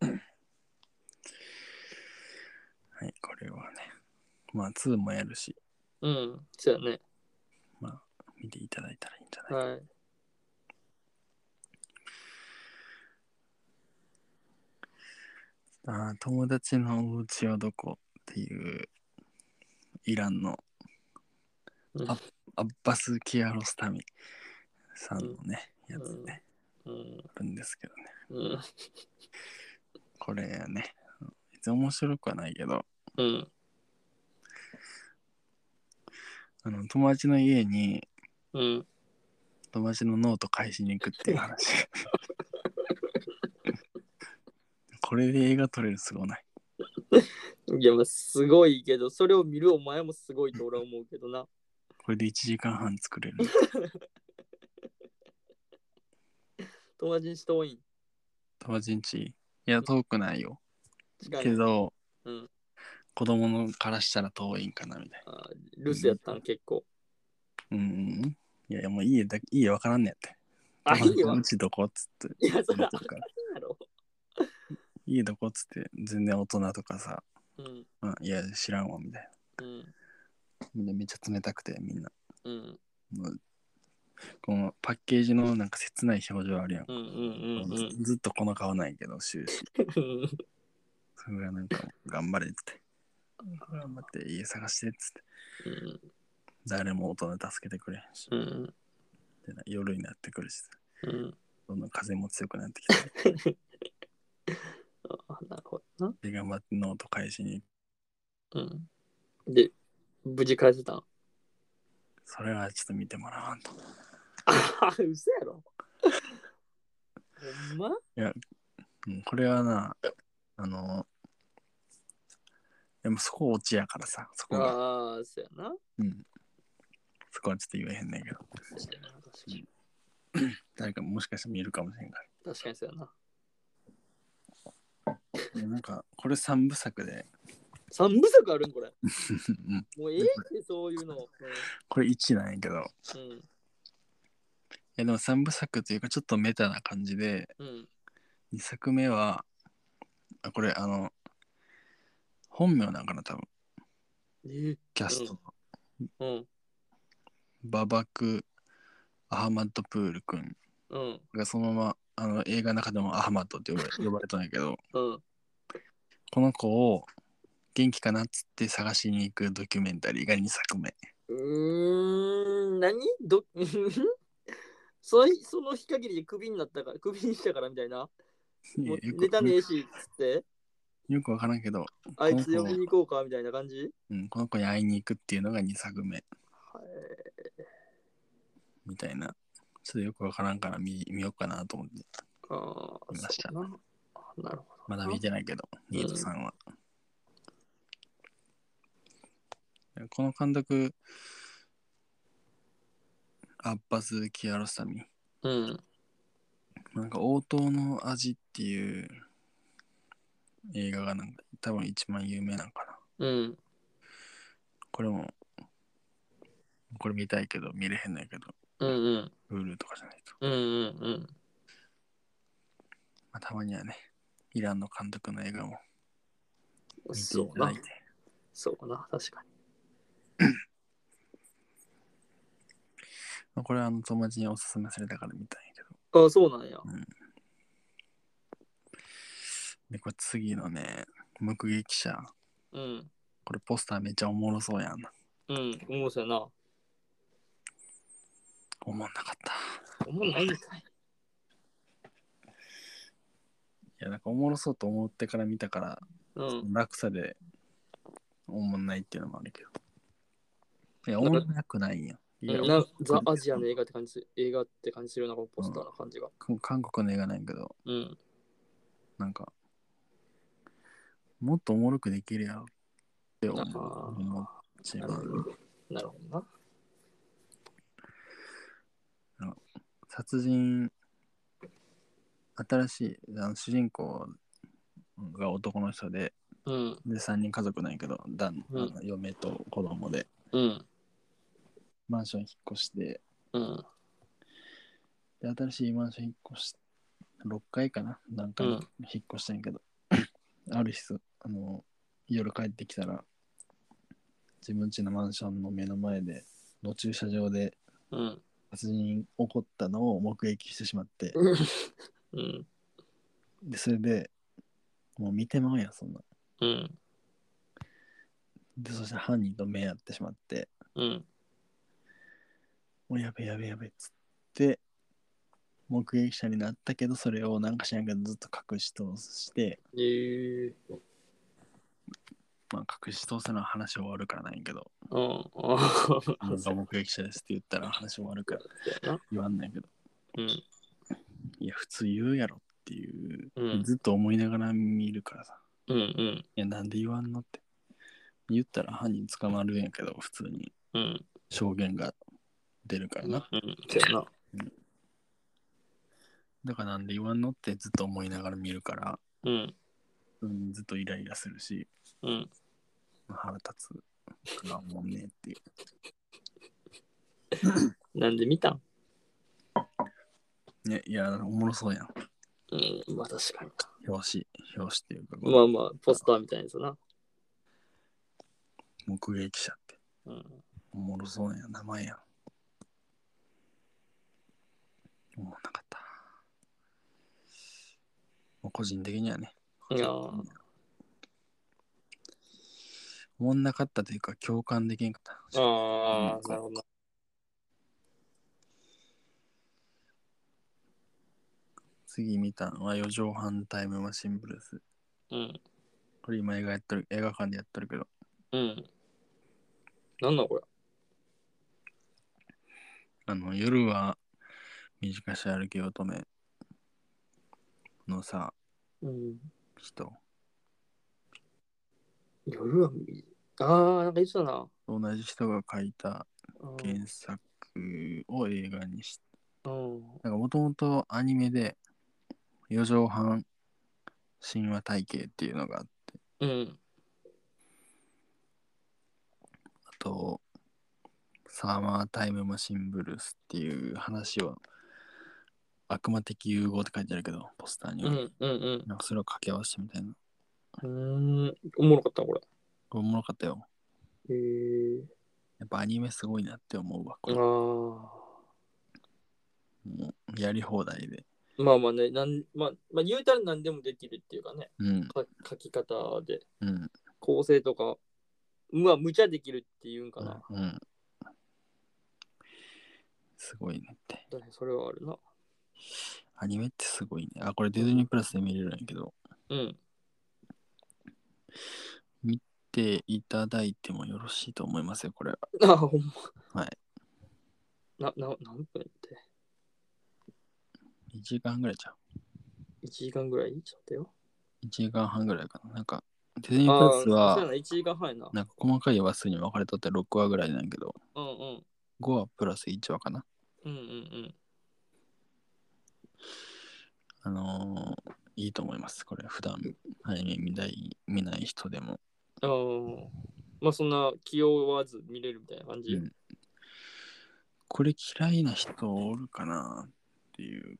B: はいこれはねまあ2もやるし
A: うん。そうやね。
B: 見ていただいたらいいんじゃない、
A: はい。
B: あー友達のお家はどこっていうイランの
A: うん
B: アッバス・キアロスタミさんのね、やつね、
A: うん。
B: あるんですけどね。
A: うん。
B: これね、別に面白くはないけど、
A: うん。
B: あの友達の家に
A: うん。
B: 友達のノート返しに行くってい う話。これで映画撮れるすごない。
A: いや、まあ、すごいけど、それを見るお前もすごいと俺は思うけどな。
B: これで1時間半作れる。
A: 友達にして多いん。
B: 友達んち、いや、遠くないよ。
A: 近い
B: けど、
A: うん
B: 子供のからしたら遠いんかなみたい
A: あー留守やったん、結構。
B: な。うんうん。いやいや、もう家だ、家わからんねやって。
A: あ、いいわ
B: う。ちどこっつって。
A: い や、それ
B: 言
A: あ
B: う
A: か
B: と
A: ん
B: るから
A: やろ。
B: 家どこっつって、全然大人とかさ、
A: うん。
B: うん、いや、知らんわみたいな。
A: うん。
B: みんなめっちゃ冷たくて、みんな。
A: うん。
B: もうこのパッケージのなんか切ない表情あるやん。
A: うん。うん。うん。うん
B: ずずっとこの顔ないけど、終始。
A: うん。
B: それがなんか、頑張れって言って。頑張って家探してっつって。
A: うん
B: 誰も大人助けてくれへんし。
A: うん。
B: で夜になってくるし、
A: うん。
B: どんどん風も強くなってき て。
A: あなるほどな。
B: で、頑張ってノート返しに。
A: うん。で、無事返せたん。
B: それはちょっと見てもらわんと。
A: ああ、嘘やろ。ほんま
B: うん、これはな、あの、でもそこ落ちやからさ、そこが。
A: ああ、そうやな。
B: うん。そこはちょっと言えへんねんけど。
A: 確かにな確かに
B: 誰かもしかしたら見るかもしれんから。
A: 確かにそうやな。
B: いやなんかこれ3部作で
A: 三部作あるんこれ。
B: うん
A: もうええってそういうの。
B: これ1なんやけど
A: う
B: い
A: ん。
B: やでも3部作というかちょっとメタな感じで
A: うん。
B: 2作目はあこれあの本名なんかな多分
A: え
B: キャストの、
A: うん。
B: ババク・アハマッド・プール君
A: うん。
B: がそのままあの映画の中でもアハマッドって呼ばれ 呼ばれたんやけど
A: うん。
B: この子を元気かなっつって探しに行くドキュメンタリーが2作目
A: うーん、何ど、 その日その日限りでクビになったから、クビにしたからみたいな。
B: いや
A: もう
B: よく
A: ネタねえし、つって、
B: よくわからんけど、
A: あいつ呼びに行こうかみたいな感じ。
B: うん、この子に会いに行くっていうのが2作目
A: はい
B: みたいな。ちょっとよくわからんから見見ようかなと思って。
A: ああ、
B: いました
A: そうな。あなるほ
B: まだ見てないけど、ニートさんは。この監督、アッバス・キアロスタミ。
A: ど。うん。
B: なんか応答の味っていう映画がなんか多分一番有名なんかな。
A: うん。
B: これも、これ見たいけど見れへんないけど、
A: うんうん。
B: Hulu とかじゃないと。
A: うんうんうん。
B: まあ、たまにはね、イランの監督の映画も見てい
A: そう
B: ただ。
A: ない
B: て。
A: そうな、確かに。
B: まあ、これはあの友達におすすめされたから見たんやけど。
A: あそうなんや。
B: で、これ次のね、目撃者。
A: うん。
B: これポスターめっちゃおもろそうやん。
A: うん。思うそうやな。
B: おもんなかった。
A: 思うないんかい。
B: いや、なんかおもろそうと思ってから見たから、
A: うん。
B: 落差でおもんないっていうのもあるけど。いや、おもんなくないんや。いや、
A: なザ・アジアの映画って感じす映画って感じするようなこのポスターの感じが。
B: 韓国の映画なんやけど、
A: うん。
B: なんか、もっとおもろくできるやろって思う
A: あ
B: 思っちゃ
A: な
B: う
A: るほどなるほどな。
B: 殺人、新しい、あの主人公が男の人で、
A: うん。
B: で、3人家族なんやけど、旦
A: うん
B: あの嫁と子供で、
A: うん。
B: マンション引っ越して、
A: うん。
B: で、新しいマンション引っ越し、6階かななんかの
A: うん
B: 引っ越したんやけど、 ある日そ、あの、夜帰ってきたら、自分家のマンションの目の前で、の駐車場で
A: うん。
B: 殺人起こったのを目撃してしまって、
A: うん。
B: で、それで、もう見てまうやん、そんな。
A: うん。
B: で、そして犯人と目合ってしまって、
A: うん。
B: もうやべやべやべっつって、目撃者になったけど、それをなんか知らんけどずっと隠し通して、
A: えー。
B: まあ、隠し通すのは話終わるからないんけど、
A: うん。ああ。
B: 僕が目撃者ですって言ったら話終わるから
A: そうやな。
B: 言わんないけど、
A: うん。
B: いや、普通言うやろっていう、
A: うん。
B: ずっと思いながら見るからさ、
A: うん。うん。
B: いや、なんで言わんのって。言ったら犯人捕まるんやけど、普通に
A: うん。
B: 証言が出るからな。
A: うん。そうやな。
B: だからなんで言わんのってずっと思いながら見るから、
A: うん。
B: うん、ずっとイライラするし、
A: うん。
B: 腹立つからもんねっていう。
A: なんで見たん
B: ね、いや、おもろそうやん。
A: うん、まあ確かに。
B: 表紙、表紙っていうか、
A: まあまあ、ポスターみたいなやつな。
B: 目撃者って。
A: うん。
B: おもろそうやん名前やん。おもんなかった。もう個人的にはね。
A: いや
B: お
A: ー
B: もんなかったというか共感できんかった。
A: ああ、なるほどな。
B: 次見たのは四畳半タイムマシンブルース。
A: うん。
B: これ今映画やっとる映画館でやっとるけど、
A: うん。なんだこれ。
B: あの夜は短し歩き乙女のさ、
A: うん。
B: 人、
A: 夜は見ああ、なんか言ってたな。
B: 同じ人が書いた
A: うん
B: 原作を映画にして
A: うん。
B: なんかもともとアニメで四畳半神話体系っていうのがあって、
A: うん。
B: あと、サーマータイムマシンブルースっていう話を悪魔的融合って書いてあるけど、ポスターに
A: う
B: は。
A: ん。うん。
B: なんかそれを掛け合わせてみたいな。
A: うん。うーん。おもろかった、これ。
B: おもろかったよ。
A: へえ。
B: やっぱアニメすごいなって思うわ。こ
A: あ
B: れ
A: あ。
B: もうやり放題で。
A: まあまあね、なんまあ、まあ、言うたら何でもできるっていうかね、
B: うん、
A: か書き方で、
B: うん、
A: 構成とか、まあ、無茶できるっていうんかな。
B: うん。すごいねって。
A: だね、それはあるな。
B: アニメってすごいね。あ、これディズニープラスで見れるんやけど、
A: うん。
B: 見ていただいてもよろしいと思いますよ、これは。
A: あ、ほんま。
B: はい。
A: な、な、何分って。
B: 1時間ぐらいじゃん。
A: 1時間ぐらいちょっとよ。
B: 1時間半ぐらいかな。なんか、ディズニープラ
A: あ
B: ス
A: ーそうや
B: は、
A: な、1時間半やな。
B: なんか細かい話数に分かれとって6話ぐらいなんやけど、
A: うんうん。
B: 5話プラス1話かな。
A: うんうん
B: あのーいいと思います。これ、普段アニメ見ない見ない人でも。
A: うん。ああ。まあそんな気負わず見れるみたいな感じ。
B: うんこれ嫌いな人おるかなっていう、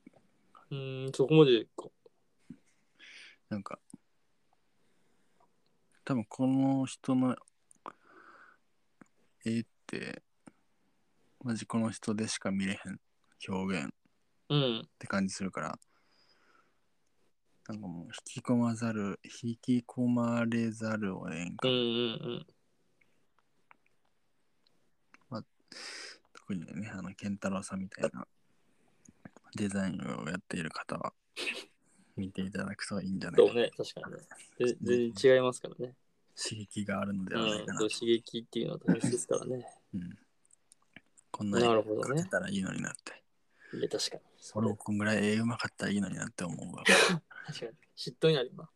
A: うーん、そこまでか。
B: なんか、多分この人の絵って、マジこの人でしか見れへん表現っ
A: うん。
B: て感じするから、なんかもう引き込まざる、引き込まれざるをえん
A: う
B: か
A: んうんうん。
B: 特にね、あの、ケンタロウさんみたいなデザインをやっている方は、見ていただくといいんじゃな
A: そ
B: いか
A: う
B: な。
A: ね、確かにね。ぜ全然違いますからね。
B: 刺激があるので
A: う
B: はない
A: ん
B: か、な
A: そう。刺激っていうのは大切です からね。
B: うん、こんなに
A: なるほど
B: 描け
A: ね。
B: たらいいのになって。
A: いや、確かに。そ
B: 俺
A: れ
B: もこんぐらい絵うまかったらいいのになって思 うわ。
A: 確かに。嫉妬になるな。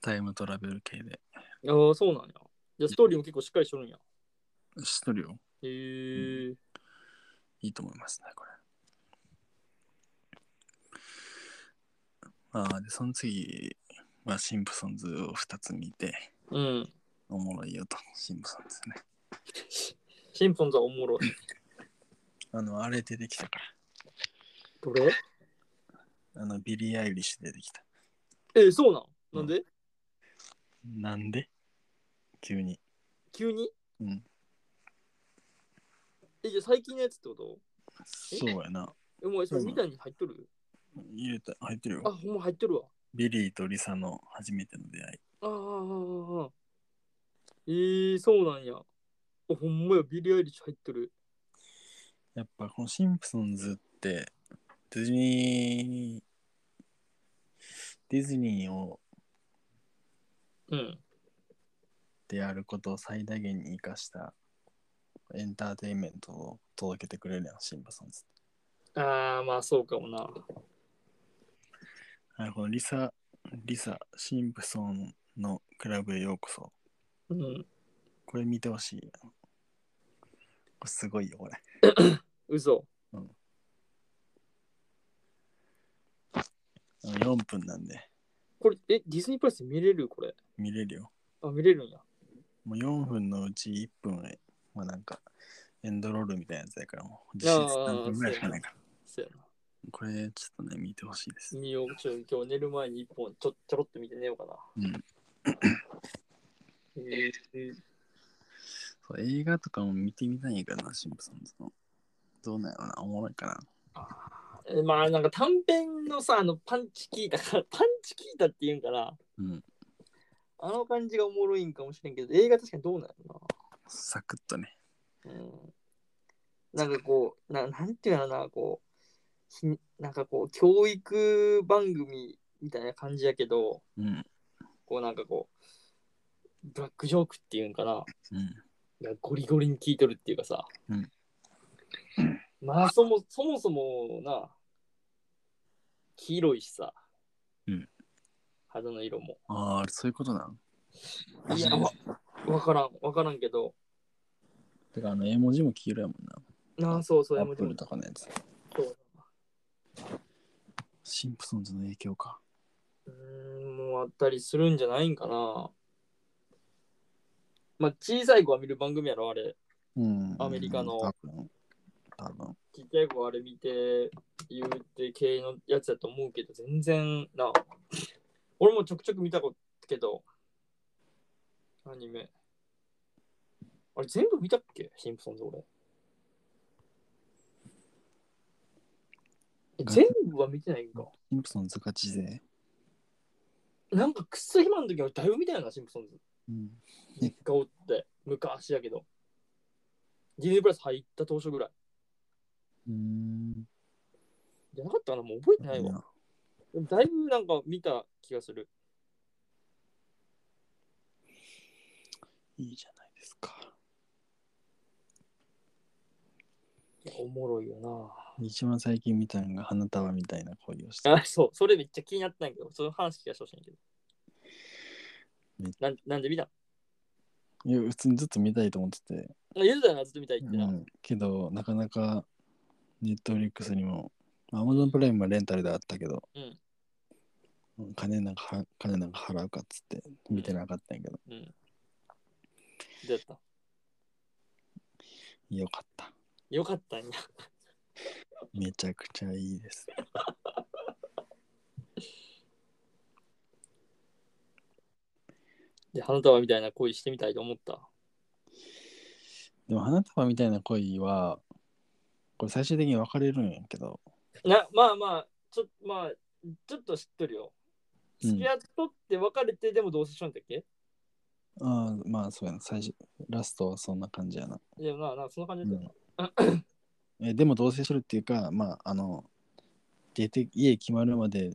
B: タイムトラベル系で。
A: ああ、そうなんや。じゃあストーリーも結構しっかりしとるんや。
B: ストーリーを
A: へえ。
B: いいと思いますね、これ。まあ、で、その次はシンプソンズを2つ見て、
A: うん。
B: おもろいよと、シンプソンズね。
A: シンポンズはおも ろい。
B: あの、あれ出てきたか
A: どれ
B: ら。あの、ビリー・アイリッシュ出てきた。
A: えそうなんなんで、
B: なんで急に。
A: 急に
B: うん。
A: え、じゃあ最近のやつってこと
B: そうやな。
A: え、もうそれ
B: うん
A: みたいに入っとる、
B: 入れた、入ってる
A: あ、
B: よ。
A: ほんま入っとるわ。
B: ビリーとリサの初めての出会い。
A: ああ、ああ、ああ。えー、そうなんや。おほんまや、ビリー・アイリッシュ入っとる。
B: やっぱこのシンプソンズってディズニーディズニーを
A: うん。
B: であることを最大限に生かしたエンターテインメントを届けてくれるやんシンプソンズって
A: ああ、まあそうかもな。
B: あこのリサリサシンプソンのクラブへようこそ
A: うん。
B: これ見てほしいこれすごいよこれ
A: 嘘。
B: あの4分なんで
A: これ、え、ディズニープラスで見れるこれ。
B: 見れるよ
A: あ、見れるんや。
B: もう4分のうち1分は、まあ、なんかエンドロールみたいなやつだからもう実
A: あー
B: 質何分ぐらいしかないから
A: そやな。
B: これちょっとね、見てほしいです。
A: 見よう。ちょ、今日寝る前に一本ちょ、ちょろっと見て寝ようかな。
B: うん、
A: えー、
B: そう映画とかも見てみたいんやからな、シンプソンズの。どうなんやろな、おもろいかな。
A: えまあなんか短編のさあのパンチ効いたから パンチ効いたっていうんかな
B: うん。
A: あの感じがおもろいんかもしれんけど映画確かにどうなんやろ
B: サクッとね。
A: な、うん、なんかこうななんていうのかなこうひなんかこう教育番組みたいな感じやけど
B: うん。
A: こうなんかこうブラックジョークっていうんかな
B: うん。
A: がゴリゴリに聞いとるっていうかさ、
B: うん
A: まあそもそもそもな黄色いしさ、
B: うん
A: 肌の色も
B: ああ、そういうことなん。
A: いやわ分からん分からんけど
B: てか、あの、絵文字も黄色やもんな。
A: なあそうそう
B: ア
A: や
B: ッ
A: め
B: プ
A: て
B: ルとかのやつ。
A: そう
B: シンプソンズの影響か。
A: うーんもうあったりするんじゃないんかなまあ小さい子は見る番組やろあれ
B: うん。
A: アメリカの
B: 多分。多分。
A: ちっちゃい子はあれ見て言うて系のやつやと思うけど全然な俺もちょくちょく見たことけどアニメあれ全部見たっけシンプソンズ俺え全部は見てないんか
B: シンプソンズガチ勢。
A: なんかくっそ暇の時はだいぶ見たよなシンプソンズ
B: うん。
A: 実家おって昔やけどディズニープラス入った当初ぐらい。
B: うん。
A: じゃなかったかなもう覚えてないわ。でもだいぶなんか見た気がする。
B: いいじゃないですか。
A: いや、おもろいよな
B: 一番最近見たのが花束みたいな恋をし。た。
A: あ、そう、それめっちゃ気になってないけど、その話聞かせてほしいんやけ
B: め
A: ど。なんなんで見た
B: いや、普通にずっと見たいと思ってて。
A: の言うたよな、ずっと見たいってな。
B: うん、けど、なかなか、ネットフリックスにも、アマゾンプライムはレンタルであったけど、
A: うん
B: 金なんかは、金なんか払うかっつって、見てなかったんやけど、
A: うん。どうやった
B: よかった。
A: よかったんや。
B: めちゃくちゃいいです。
A: で、花束みたいな恋してみたいと思った。
B: でも、花束みたいな恋は、これ最終的に別れるんやけど、
A: なまあまあちょ,、まあ、ちょっと知っとるよ。
B: うん
A: 付き合っとって別れてでも同棲しとんだっけ、
B: ああ、まあ、そうやな。最初、ラストはそんな感じやな。
A: いやまあなんかそんな感じだったよ
B: えでも同棲するっていうか、まあ、あの、出て、家決まるまで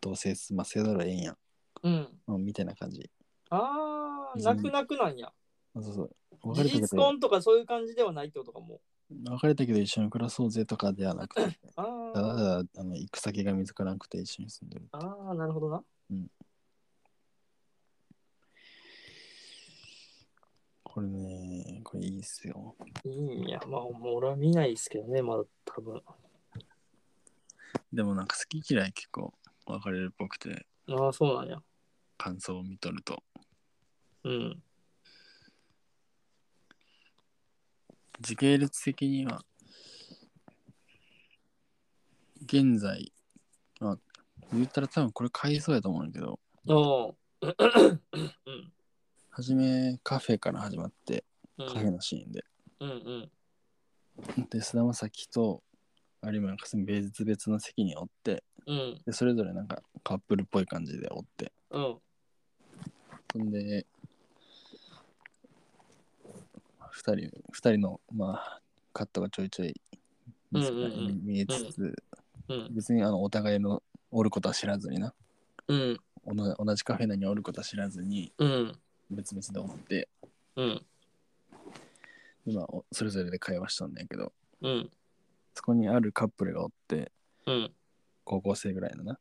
B: 同棲す、まあ、せざるをええんやん、
A: な。うん。
B: うんみたいな感じ。
A: ああ、泣く泣くなんや。
B: そうそう。
A: 事
B: 別れたけ
A: 実
B: ど、
A: 婚とかそういう感じではないってことかも。
B: 別れたけど一緒に暮らそうぜとかではなくて、
A: あ
B: た
A: ー
B: だただあの行く先が見つからなくて一緒に住んでる。
A: あー、なるほどな。
B: これね、これいいっすよ。
A: いいんや。まあもう俺は見ないですけどね、まだ多分。
B: でもなんか好き嫌い結構別れるっぽくて、
A: ああ、そうなんや。
B: 感想を見とると、
A: うん。
B: 時系列的には、現在、まあ、言ったら多分これ回想やと思うんだけど、
A: ああ。うん。
B: はじめカフェから始まって、
A: う
B: カフェ
A: ん。
B: のシーンで。
A: うん。うん。
B: で、菅田将暉と有村架純別々の席におって、
A: うん。
B: でそれぞれなんかカップルっぽい感じでおって
A: うん。
B: ほんで2人二人のまあカットがちょいちょい見つか
A: うんうんうん
B: 見えつつ
A: うん。
B: 別にあのお互いのおることは知らずにな
A: うん。
B: おの同じカフェ内におることは知らずに
A: うん。
B: 別々でおって
A: うん。
B: 今おそれぞれで会話したんだけど
A: うん。
B: そこにあるカップルがおって
A: うん。
B: 高校生ぐらいのな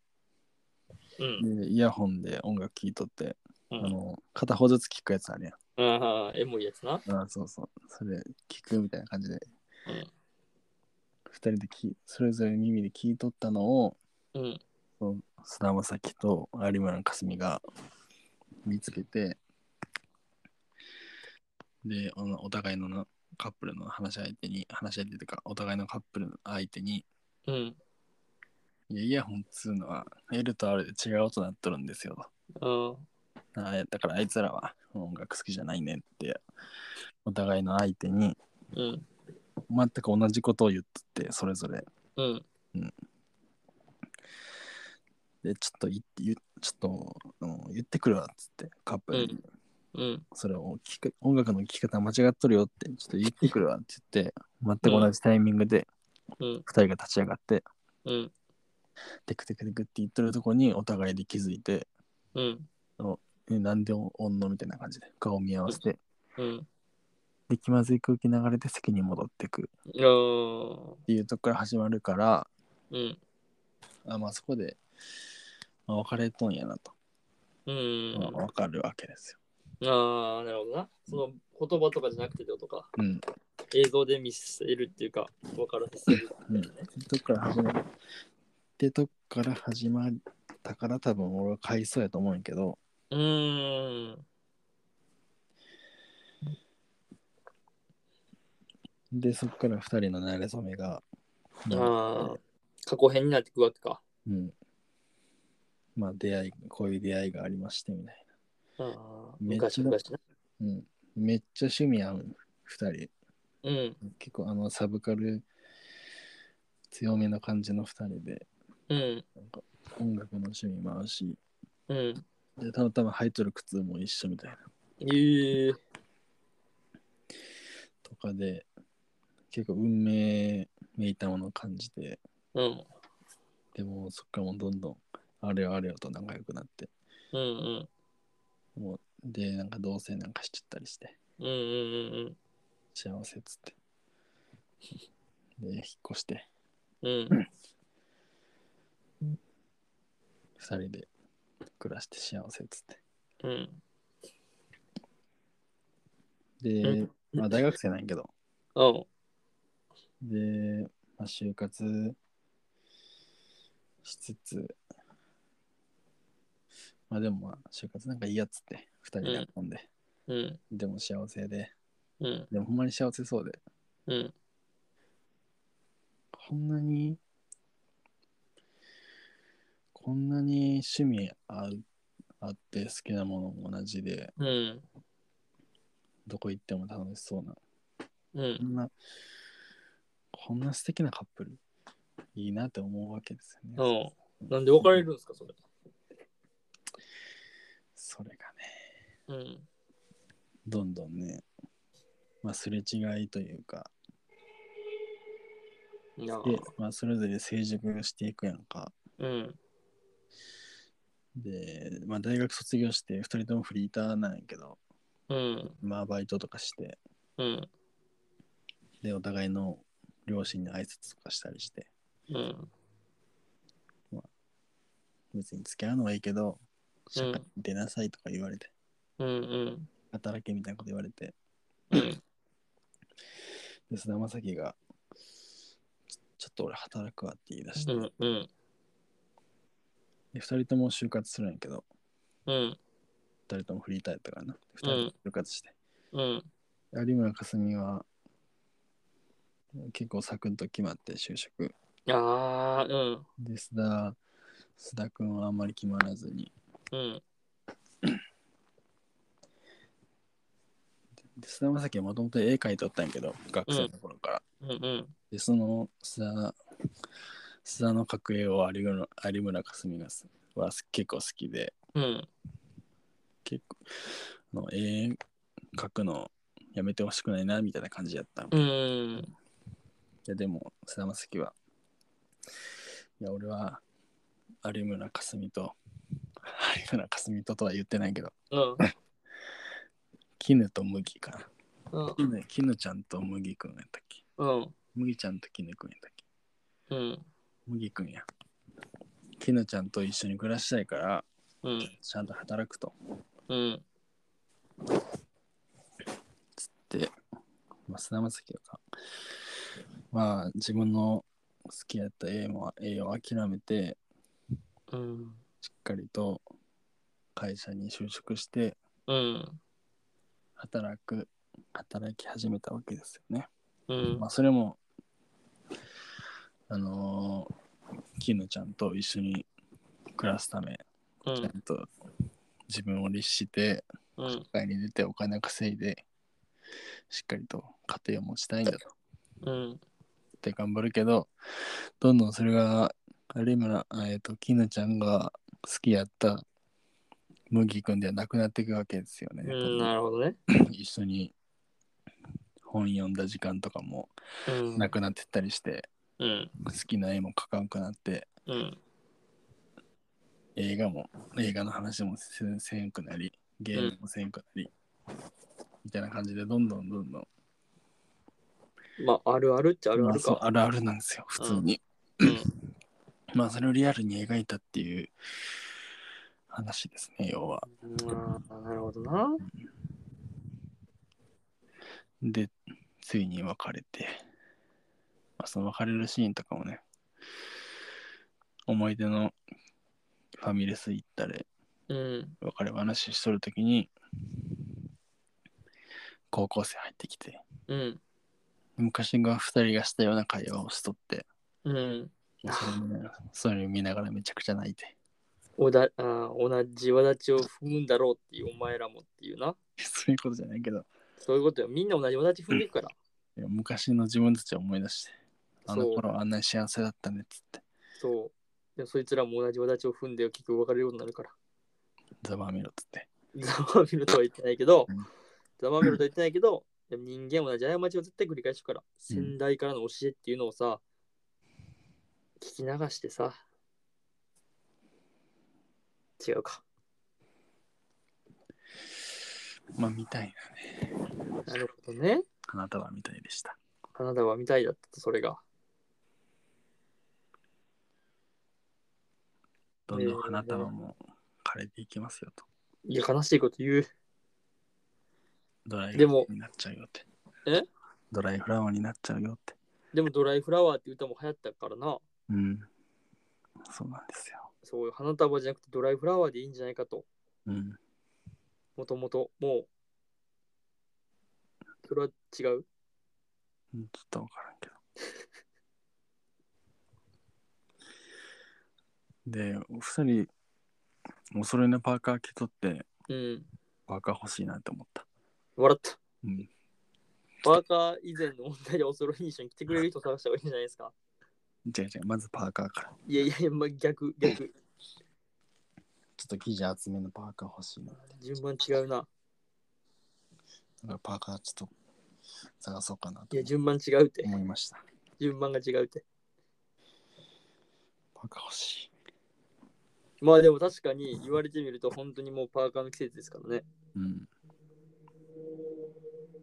A: うん。
B: でイヤホンで音楽聴いとって
A: う
B: あ
A: ん。
B: の片方ずつ聞くやつあるやん
A: ああ、エモいやつな。
B: ああ、そうそう。それ、聞くみたいな感じで
A: うん。
B: 二、人でき、それぞれ耳で聞いとったのを、
A: うん。
B: その菅田将暉と有村架純が見つけて、で、おのお互いのなカップルの話し相手に、話し相手というか、お互いのカップルの相手に、
A: うん。
B: いや、イヤホンっつうのは L と R で違う音になっとるんですよ。
A: うん。
B: ああだからあいつらは音楽好きじゃないねって、お互いの相手に、
A: うん。
B: 全く同じことを言っとって、それぞれ。
A: うん。
B: で、ちょっと言って、言ちょっと、あの言ってくるわっつって、カップルに、
A: ううん。
B: それを聞く、音楽の聴き方間違っとるよって、ちょっと言ってくるわって言って、全く同じタイミングで
A: うん。
B: 2人が立ち上がって、
A: うん。
B: テクテクテクって言ってるとこにお互いで気づいて、
A: うん。
B: えなんでおんのみたいな感じで顔見合わせて、
A: うん。
B: で、気まずい空気流れて席に戻ってくっ
A: あー
B: ていうとこから始まるから、
A: うん。
B: あまあそこで、まあ、別れとんやなと、
A: うん。
B: まあわかるわけですよ。
A: ああ、なるほどな。その言葉とかじゃなくてってことか。
B: うん。
A: 映像で見せるっていうか、分からせる。
B: うんとこから始まってとこから始まったから多分俺は買いそうやと思うんやけど
A: うーん。
B: でそこから2人の馴れ初めが、
A: ああ。過去編になってくわけか。
B: うん、まあ出会いこういう出会いがありましてみたい
A: ああ。昔々な。
B: な、うん、めっちゃ趣味合う2
A: うん。
B: 人結構あのサブカル強めの感じの2人で
A: うん。
B: 音楽の趣味も合うし
A: うん。
B: でたまたま履いとる靴も一緒みたいな
A: ええ。
B: とかで結構運命めいたものを感じて、
A: うん。
B: でもそっからもうどんどんあれよあれよと仲良くなって、
A: うんうん。
B: もうで、なんか同棲なんかしちゃったりして、
A: うんうん
B: 幸せっつって。で、引っ越して、
A: うんうん。うん。
B: 二人で暮らして幸せっつって。
A: うん。
B: で、まあ大学生なんやけど、
A: うん。
B: で、まあ、就活しつつ、まあでもまあ、就活なんかいいやっつって、二人で遊んで、
A: うん。
B: でも幸せで、
A: うん。
B: でもほんまに幸せそうで、
A: うん。
B: こんなに、こんなに趣味ああって好きなものも同じで、
A: うん。
B: どこ行っても楽しそうな、
A: うん
B: こ。んな、こんな素敵なカップル、いいなって思うわけですよね。
A: うん。なんで別れるんですか、それ。
B: それがね。
A: うん。
B: どんどんね、まあ、すれ違いというか、
A: いや
B: で、まあ、それぞれ成熟していくやんか。
A: うん。
B: で、まあ、大学卒業して、2人ともフリーターなんやけど、
A: うん。
B: まあ、バイトとかして、
A: うん。
B: で、お互いの両親に挨拶とかしたりして、
A: うん。
B: 別に付き合うのはいいけど、社会に出なさいとか言われて、
A: うん。
B: 働けみたいなこと言われて、
A: うん。
B: で、菅田将暉が、ちょっと俺働くわって言い出して、
A: うん。うん。
B: で、2人とも就活するんやけど、
A: うん。
B: 2人ともフリーターやったからな、
A: う
B: 2
A: ん
B: 人とも就活して。
A: うん。
B: 有村架純は結構サクッと決まって就職
A: ああ、うん。
B: で須田須田君はあんまり決まらずに
A: うん。
B: で須田将暉はもともと絵描いとったんやけど学生の頃から、
A: うん。うん。
B: でその須田須田の描く絵を有村有村架純がすは結構好きで
A: うん。
B: 結構あの絵描くのやめてほしくないなみたいな感じやったん
A: うん。
B: いやでも菅田将暉はいや俺は有村架純と有村架純ととは言ってないけど
A: うん。
B: 絹と麦かな
A: うん。
B: 絹絹ちゃんと麦くんやったっけ
A: うん。
B: 麦ちゃんと絹くんやったっけ
A: うん。
B: 麦くんや絹ちゃんと一緒に暮らしたいから
A: うん。
B: ちゃんと働くと
A: うん。
B: つって、まあ、菅田将暉がまあ自分の好きやった絵も絵を諦めて
A: うん。
B: しっかりと会社に就職して
A: うん。
B: 働く働き始めたわけですよね。
A: うん
B: まあ、それもあのー、キヌちゃんと一緒に暮らすため
A: う
B: ちゃ
A: ん。
B: んと自分を律して
A: うん。
B: 外に出てお金を稼いでしっかりと家庭を持ちたいんだとっ
A: うん。
B: て頑張るけどどんどんそれが有村えっ、とキヌちゃんが好きやった麦君ではなくなっていくわけですよね。
A: うん。なるほどね。
B: 一緒に本読んだ時間とかも
A: うん。
B: なくなってったりして、
A: うん。
B: 好きな絵も描かんくなって
A: うん。
B: 映画も映画の話もせせんくなりゲームもせんくなり、みたいな感じでどんどんどんどん
A: まあ、あるあるっちゃあるあ
B: まあ
A: る
B: そう
A: か。
B: あるあるなんですよ普通に、
A: うん。
B: まあそれをリアルに描いたっていう話ですね要は
A: あなるほどな。
B: でついに別れて、まあ、その別れるシーンとかもね思い出のファミレス行ったり
A: うん。
B: 別れ話しとるときに高校生入ってきて
A: うん。
B: 昔が2人がしたような会話をしと って
A: うん。
B: それを見ながらそれを見ながらめちゃくちゃ泣いて
A: おだあ同じ輪立ちを踏むんだろうっていうお前らもっていうな。
B: そういうことじゃないけど
A: そういうことよ。みんな同じ輪立ち踏んでいくから。
B: いや昔の自分たちを思い出してあの
A: そう
B: 頃あんなに幸せだったねっつって
A: そう。でもそいつらも同じ輪立ちを踏んで結局別れるようになるから。
B: ざまあみろっつって
A: ざまあみろとは言ってないけど
B: うん、
A: ざまあみろとは言ってないけど、でも人間は同じ過ちを絶対繰り返しから、先代からの教えっていうのをさ、聞き流してさ、違うか。
B: まあ、みたいな。
A: なるほどね。
B: あなたはみたいでした。
A: あなたは見たいだったと、それが。
B: どんどんあなたはもう枯れていきますよと。
A: いや、悲しいこと言う。
B: ドライ
A: で
B: フラ
A: も
B: ワーになっちゃうよって。
A: え
B: ドライフラワーになっちゃうよって。
A: でも、ドライフラワーって歌も流行ったからな。
B: うん。そうなんですよ。
A: そういう花束じゃなくてドライフラワーでいいんじゃないかと。
B: うん。
A: もともと、もう。それは違う。
B: ちょっとわからんけ ど。で、お二人、お揃いのパーカー着とって、
A: うん。
B: パーカー欲しいなって思った。
A: 笑った。
B: うん。
A: パーカー以前の問題でお揃いに一緒に来てくれる人探した方がいいんじゃないですか。
B: 違う違う、まずパーカーから。
A: いやいやいや、まあ、逆、逆。
B: ちょっと生地厚めのパーカー欲しいな。
A: 順番違うな。
B: だからパーカーちょっと探そうかなと
A: いや、順番違うって。
B: 思いました。
A: 順番が違うって。
B: パーカー欲しい。
A: まあでも確かに言われてみると本当にもうパーカーの季節ですからね。
B: うん。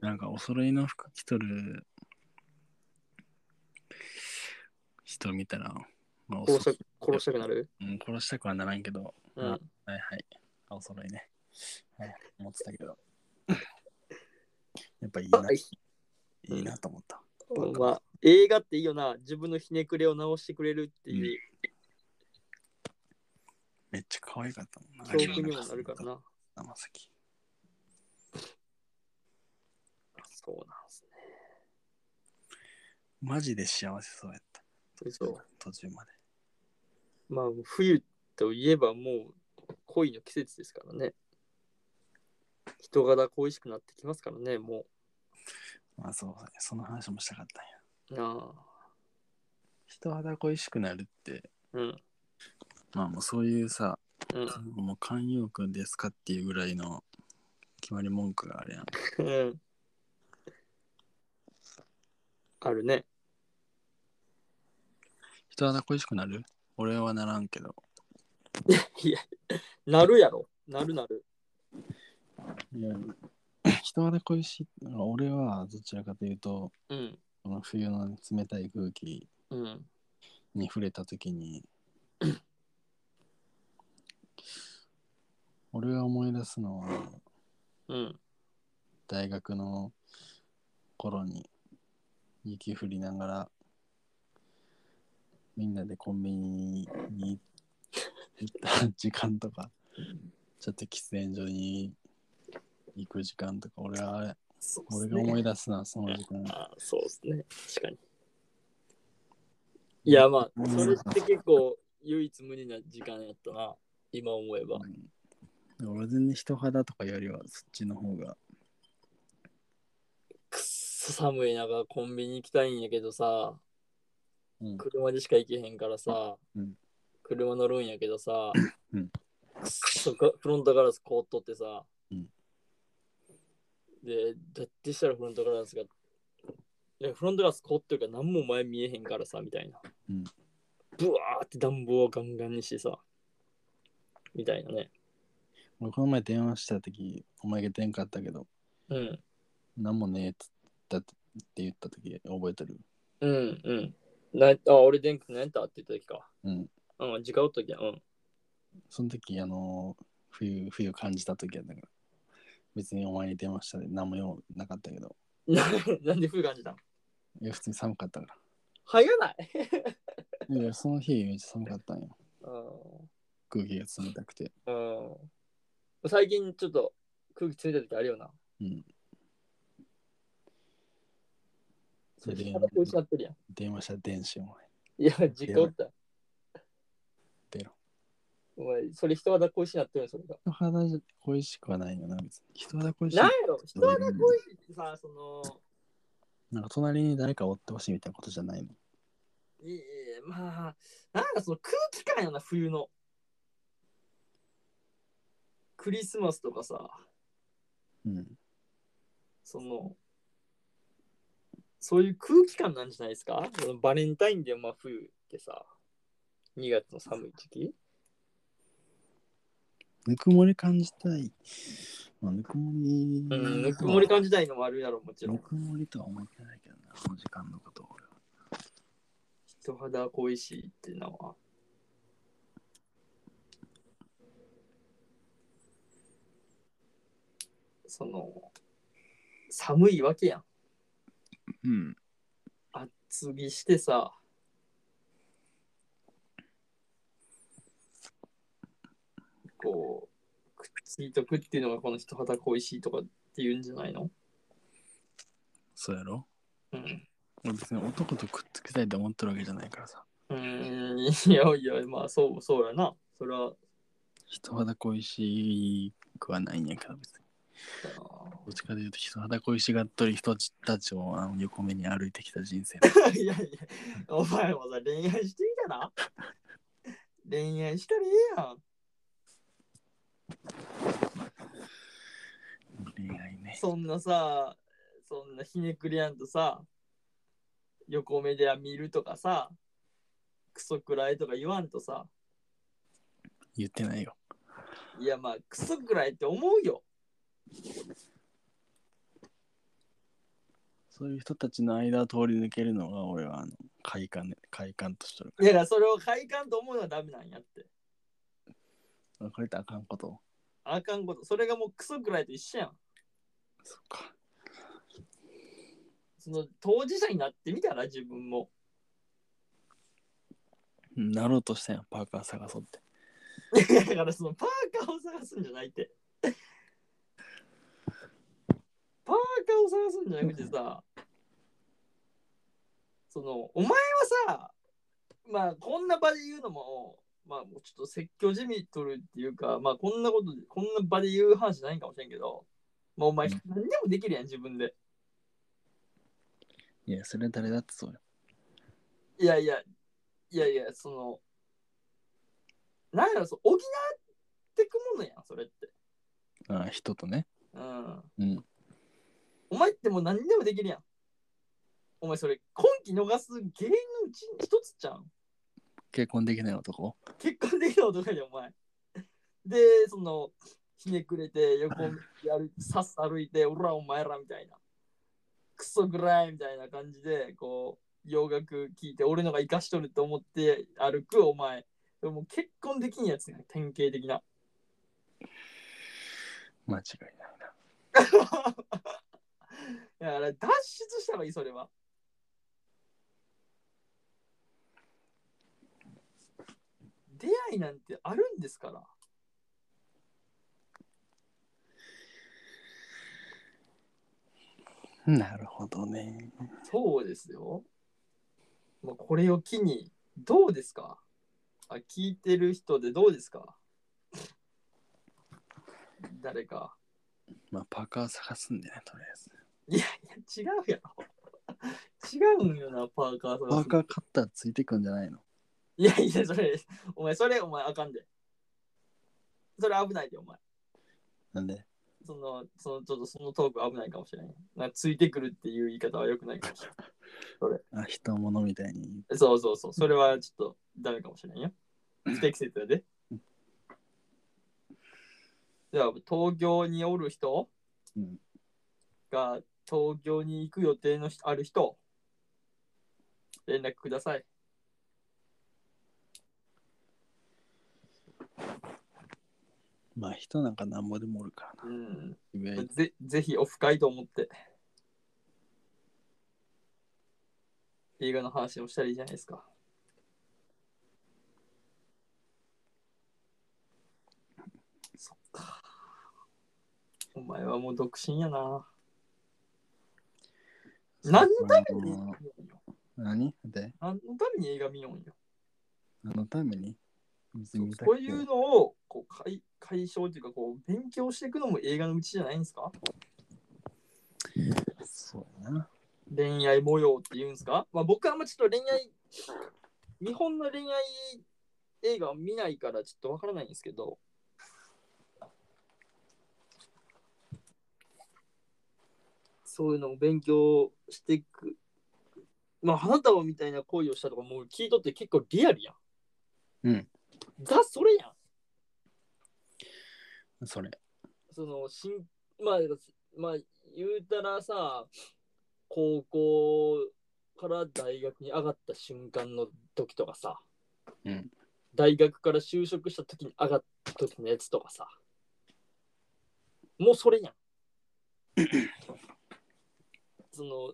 B: なんかお揃いの服着とる人見たら、まあ、おそ
A: 殺した殺したくなる。
B: うん殺したくはならんけど、
A: うん。
B: あはいはい。あお揃いね。はい、思ってたけど。やっぱいいな、、
A: はいい
B: いなと思った。
A: まあ、映画っていいよな。自分のひねくれを直してくれるっていう
B: めっちゃ可愛かったもんな。
A: 教訓にもなるからな。
B: 生先。
A: そうなんですね。
B: マジで幸せそうやった。
A: そ
B: 途中まで。
A: う。まあ冬といえばもう恋の季節ですからね。人柄恋しくなってきますからね、も
B: まあそう、その話もしたかったんや。
A: う。な
B: 人肌恋しくなるって、
A: あ。うん。
B: まあもうそういうさ、
A: うん。
B: もう慣用句ですかっていうぐらいの決まり文句があるやん。
A: うんあるね。
B: 人肌恋しくなる俺はならんけど。
A: いや、なるやろ。なるなる。
B: いや、人肌恋しい。俺はどちらかというと、
A: うん。
B: この冬の冷たい空気
A: うん。
B: に触れた時 に、俺が思い出すのは、
A: うん。
B: 大学の頃に雪降りながらみんなでコンビニに行った時間とかちょっと喫煙所に行く時間とか俺はあれ
A: そうっす
B: 俺
A: ね
B: が思い出すなその時間
A: あーそうですね。確かに。いや、ま
B: う
A: あ、
B: ん
A: それって結構唯一無二な時間やったな。今思えば。
B: 俺は全然人肌とかよりはそっちの方が
A: くっそ寒い中コンビニ行きたいんやけどさ、
B: うん
A: 車でしか行けへんからさ、
B: うん
A: 車乗るんやけどさ、
B: うん
A: くっそがフロントガラス凍っとってさ、
B: うん
A: で、だってしたらフロントガラスが、いやフロントガラス凍ってるから何も前見えへんからさ、みたいな。
B: うん
A: ブワーって暖房をガンガンにしてさ、みたいなね。
B: 俺この前電話した時お前が出んかったけど
A: うん、
B: 何もねえっつったって言った時覚えてる
A: うん、うん。なあ、俺電気何やったって言った時か。
B: うん
A: うん、時間おった時や。うん。
B: その時あの冬冬感じた時やったから別にお前に電話したで何も用なかったけど
A: ななんで冬感じたの
B: いや普通に寒かったか
A: 早ない
B: らいやその日めっちゃ寒かったんよ
A: う
B: 空気が冷たくて
A: ん。最近ちょっと空気冷たい時あるよな。
B: うん
A: それ
B: で
A: で肌恋しなってるやん。
B: 電話したら電子お前
A: いや、実家おった。
B: 出ろ
A: お前、それ人肌恋しなってるよ、それが。
B: 人肌恋しくはないよな別に人肌恋しい
A: なんやろ人肌恋しいってさ、その、
B: なんか隣に誰かおってほしいみたいなことじゃないの
A: いいまあ、なんかその空気感やな、冬の。クリスマスとかさ、
B: うん
A: その、そういう空気感なんじゃないですかそのバレンタインでまあ冬ってさ、2月の寒い時期
B: ぬくもり感じたい。まあ、ぬくもり。
A: うん、ぬくもり感じたいのもあるやろ、もちろ
B: ぬ
A: ん。
B: くもりとは思ってないけどな、この時間のことを俺は。
A: 人肌恋しいっていうのは。その、寒いわけやん。
B: うん。
A: 厚着してさ、こう、くっついとくっていうのがこの人肌恋しいとかっていうんじゃないの
B: そうやろ
A: うん。
B: 俺別に男とくっつきたいと思ってるわけじゃないからさ。
A: うーん、いやいや、まあそう、そうやな。それは、
B: 人肌恋しくはないんやけど別に。どっちかで言うと人肌恋しがっとる人たちをあの横目に歩いてきた人生だ。
A: いやいや、お前もさ、恋愛してみたら恋愛したらええやん。
B: 恋愛ね。
A: そんなさ、そんなひねくりやんとさ、横目では見るとかさ、クソくらいとか言わんとさ、
B: 言ってないよ。
A: いやまあクソくらいって思うよ。
B: そういう人たちの間を通り抜けるのが俺はあの快感ね、快感としてるか
A: だからそれを快感と思うのはダメなんやって。
B: ら。これってあかんこと。
A: あかんこと。それがもうクソくらいと一緒やん。
B: そっか。
A: その当事者になってみたら自分も。
B: なろうとしたやん、パーカー探そうって。
A: いやだからそのパーカーを探すんじゃないって。パーカーを探すんじゃなくてさ、その、お前はさ、まあこんな場で言うのも、まあもうちょっと説教じみとるっていうか、まあこんなこと、こんな場で言う話じゃないんかもしれんけど、まあお前
B: うん
A: 何でもできるやん、自分で。
B: いや、それは誰だってそうよ。
A: いやいや、いやいや、その、なんやろ、そう補ってくものやん、それって。
B: ああ人とね。
A: うん
B: うん
A: お前ってもう何でもできるやん。お前それ今期逃す原因のうち一つじゃん。
B: 結婚できない男。
A: 結婚できた男やでお前。で、その、ひねくれて横を歩いて、さっさ歩いて、おらお前らみたいな。クソぐらいみたいな感じで、こう、洋楽聴いて、俺のが生かしとると思って歩くお前。でも結婚できんやつやん、典型的な。
B: 間違いないな。
A: だから脱出した方がいい、それは。出会いなんてあるんですから。
B: なるほどね。
A: そうですよ。まあ、これを機に、どうですかあ聞いてる人でどうですか誰か。
B: まあ、パーカー探すんでね、とりあえず。
A: いや、違うやろ。違うんよな、パーカーさん。
B: パーカー買ったらついてくんじゃないの
A: いやいや、それ、お前、それ、お前、あかんで。それ危ないで、お前。
B: なんで
A: その、その、ちょっとそのトーク危ないかもしれない。なんかついてくるっていう言い方は良くないかもしれない。
B: あ、人物みたいに。
A: そうそうそう、それはちょっとダメかもしれないよ。不適切やで。じゃあ、東京におる人
B: うん
A: が、東京に行く予定の人ある人、連絡ください。
B: まあ、人なんかなんぼでもおるからな。
A: うん。
B: いわゆる
A: ぜぜひオフ会と思って。映画の話でもしたらいいじゃないですか。そっか。お前はもう独身やな。何のために映画見ようよ
B: 何で
A: 何のために映画見ようよ。
B: 何のために別に見た
A: そ
B: く
A: う
B: て
A: いうのをこう解解消というかこう勉強していくのも映画のうちじゃないんですか
B: そうやな。
A: 恋愛模様って言うんですか、まあ、僕はあんまちょっと恋愛、日本の恋愛映画を見ないからちょっとわからないんですけど、そういうのを勉強していくまあ、花束みたいな恋をしたとか、もう聞いとって結構リアルやん。
B: うん。
A: ザ・それやん。
B: それ。
A: その、しんまあ、まあ、言うたらさ、高校から大学に上がった瞬間の時とかさ、
B: うん
A: 大学から就職した時に上がった時のやつとかさ、もうそれ やん。その、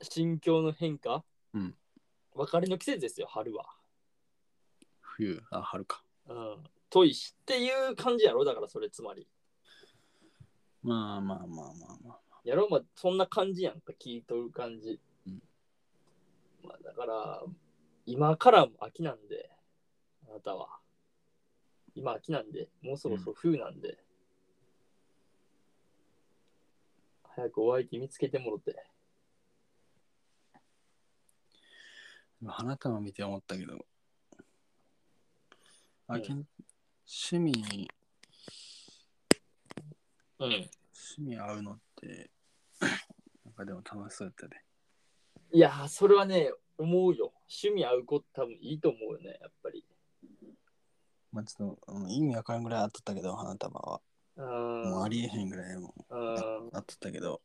A: 心境の変化、
B: うん
A: 別れの季節ですよ、春は。
B: 冬、あ、春か。
A: うん。といしっていう感じやろ、だからそれつまり。
B: まあまあまあまあまあ。
A: やろまあ、そんな感じやんか、聞いとる感じ。
B: うん
A: まあ、だから、今からも秋なんで、あなたは。今秋なんで、もうそろそろ冬なんで。早くお相手見つけてもろて。
B: 今花束見て思ったけど。あけん、趣味、
A: うん。
B: 趣味合うのって、 なんかでも楽しそうやったね。
A: いやー、それはね、思うよ。趣味合う子多分いいと思うよね、やっぱり。
B: まあちょっと、うん意味わからんぐらいあっとったけど、花束は。
A: う
B: も
A: ん。
B: うあ
A: うん。
B: りえへんぐらいもうあっとったけど。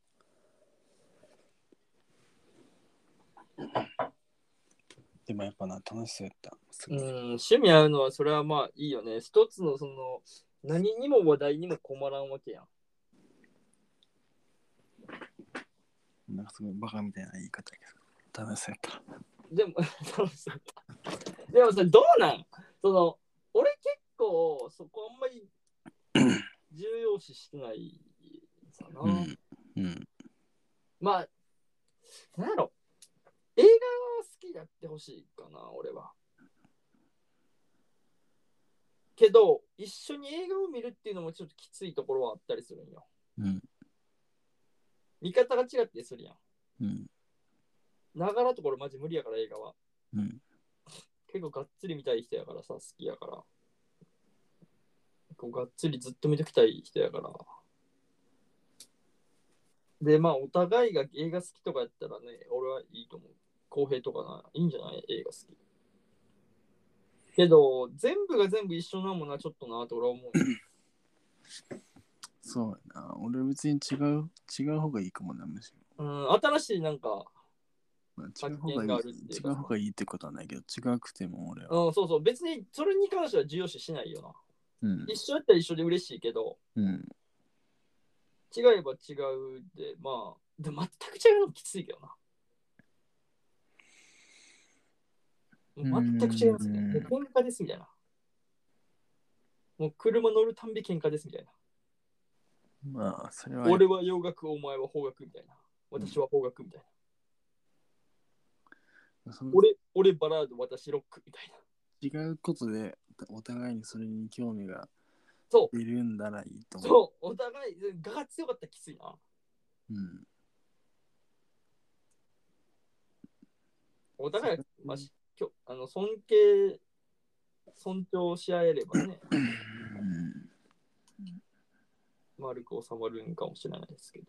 B: でもやっぱな、楽しそうやった。す
A: う
B: ごい
A: ん、趣味合うのはそれはまあいいよね。一つのその何にも話題にも困らんわけやん。
B: なんかすごいバカみたいな言い方やけど。楽しそうやった。
A: でも、 楽しかったでもさ、どうなんその、俺結構そこあんまり重要視してないさな。
B: うん。うん。
A: まあ、なんやろ。映画は好きやってほしいかな、俺は。けど、一緒に映画を見るっていうのもちょっときついところはあったりするんよ。
B: うん。
A: 見方が違ってするやん。
B: うん。
A: ながらところマジ無理やから映画は。
B: うん。
A: 結構がっつり見たい人やからさ、好きやから。こうがっつりずっと見ときたい人やから。で、まあ、お互いが映画好きとかやったらね、俺はいいと思う。公平とかな、いいんじゃない映画好き。けど、全部が全部一緒なもんな、ちょっとな、と俺は思う。
B: そうやな。俺別に違う、違う方がいいかもな、むしろ。
A: うん、新しいなんか、
B: まあ、違う方がい
A: 発見
B: い
A: があるってい
B: 違
A: うか
B: う方がいいってことはないけど、違くても俺は。
A: うん、そうそう、別にそれに関しては重要視しないよな。
B: うん。
A: 一緒やったら一緒で嬉しいけど、
B: うん。
A: 違えば違うで、まあ、で全く違うのきついけどな。全く違いますね。
B: うん
A: もう喧嘩ですみたいな。もう車乗るたんび喧嘩ですみたいな。
B: まあ、それは。
A: 俺は洋楽、お前は邦楽みたいな。私は邦楽みたいな。
B: その
A: 俺、俺バラード、私ロックみたいな。
B: 違うことで、お互いにそれに興味が
A: そ
B: 出るんだらいいと
A: う、
B: 思う。
A: そう、お互い、我が強かったらきついな。
B: うん。
A: お互い、まあ、しきょあの尊敬、尊重し合えればね、
B: うん。
A: 丸く収まるんかもしれないですけど。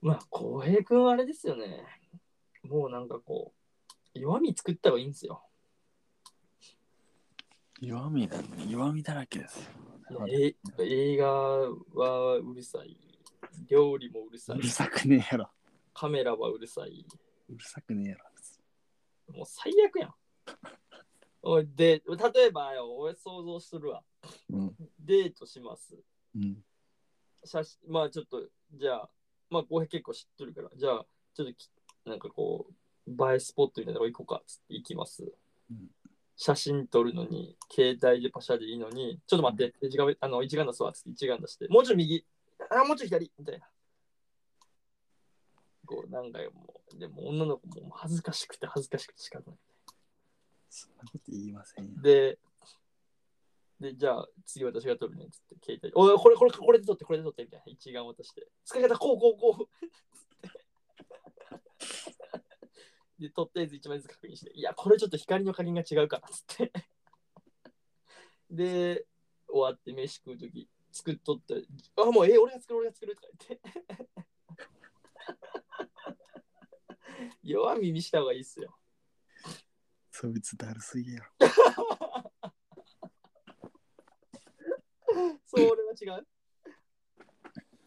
A: まあ、浩平君はあれですよね。もうなんかこう、弱み作った方がいいんですよ。
B: 弱みだね。弱みだらけですよ。
A: え映画はうるさい。料理もうるさ
B: う
A: い
B: る。さくねえやろ。
A: カメラはうるさい。
B: うるさくねえやろ。
A: もう最悪やん。おいで、例えばよ、俺想像するわ。
B: うん。
A: デートします。
B: うん。
A: 写真まあちょっとじゃあまあ浩平結構知ってるからじゃあちょっときなんかこう映えスポットみたいなとこ行こうかっつって行きます、
B: ん
A: 写真撮るのに携帯でパシャでいいのにちょっと待って、一眼あの一眼出すわっつって一眼出してもうちょい右あもうちょい左みたいなこう何回もうでも女の子も恥ずかしくて恥ずかしくて仕方ない
B: そんなこと言いませんよ。
A: で、で、じゃあ次私が撮るねっつって、携帯。おい、これ、これ、これで撮って、これで撮って、みたいな。一眼渡して。使い方、こう、こう、こう。で、撮ったやつ一枚ずつ確認して。いや、これちょっと光の加減が違うから、つって。で、終わって飯食うとき。作っとったりあ、もう、え、俺が作る、俺が作るとか言って。弱耳した方がいいっすよ。
B: そいつだるすぎや。
A: そう、俺は違う。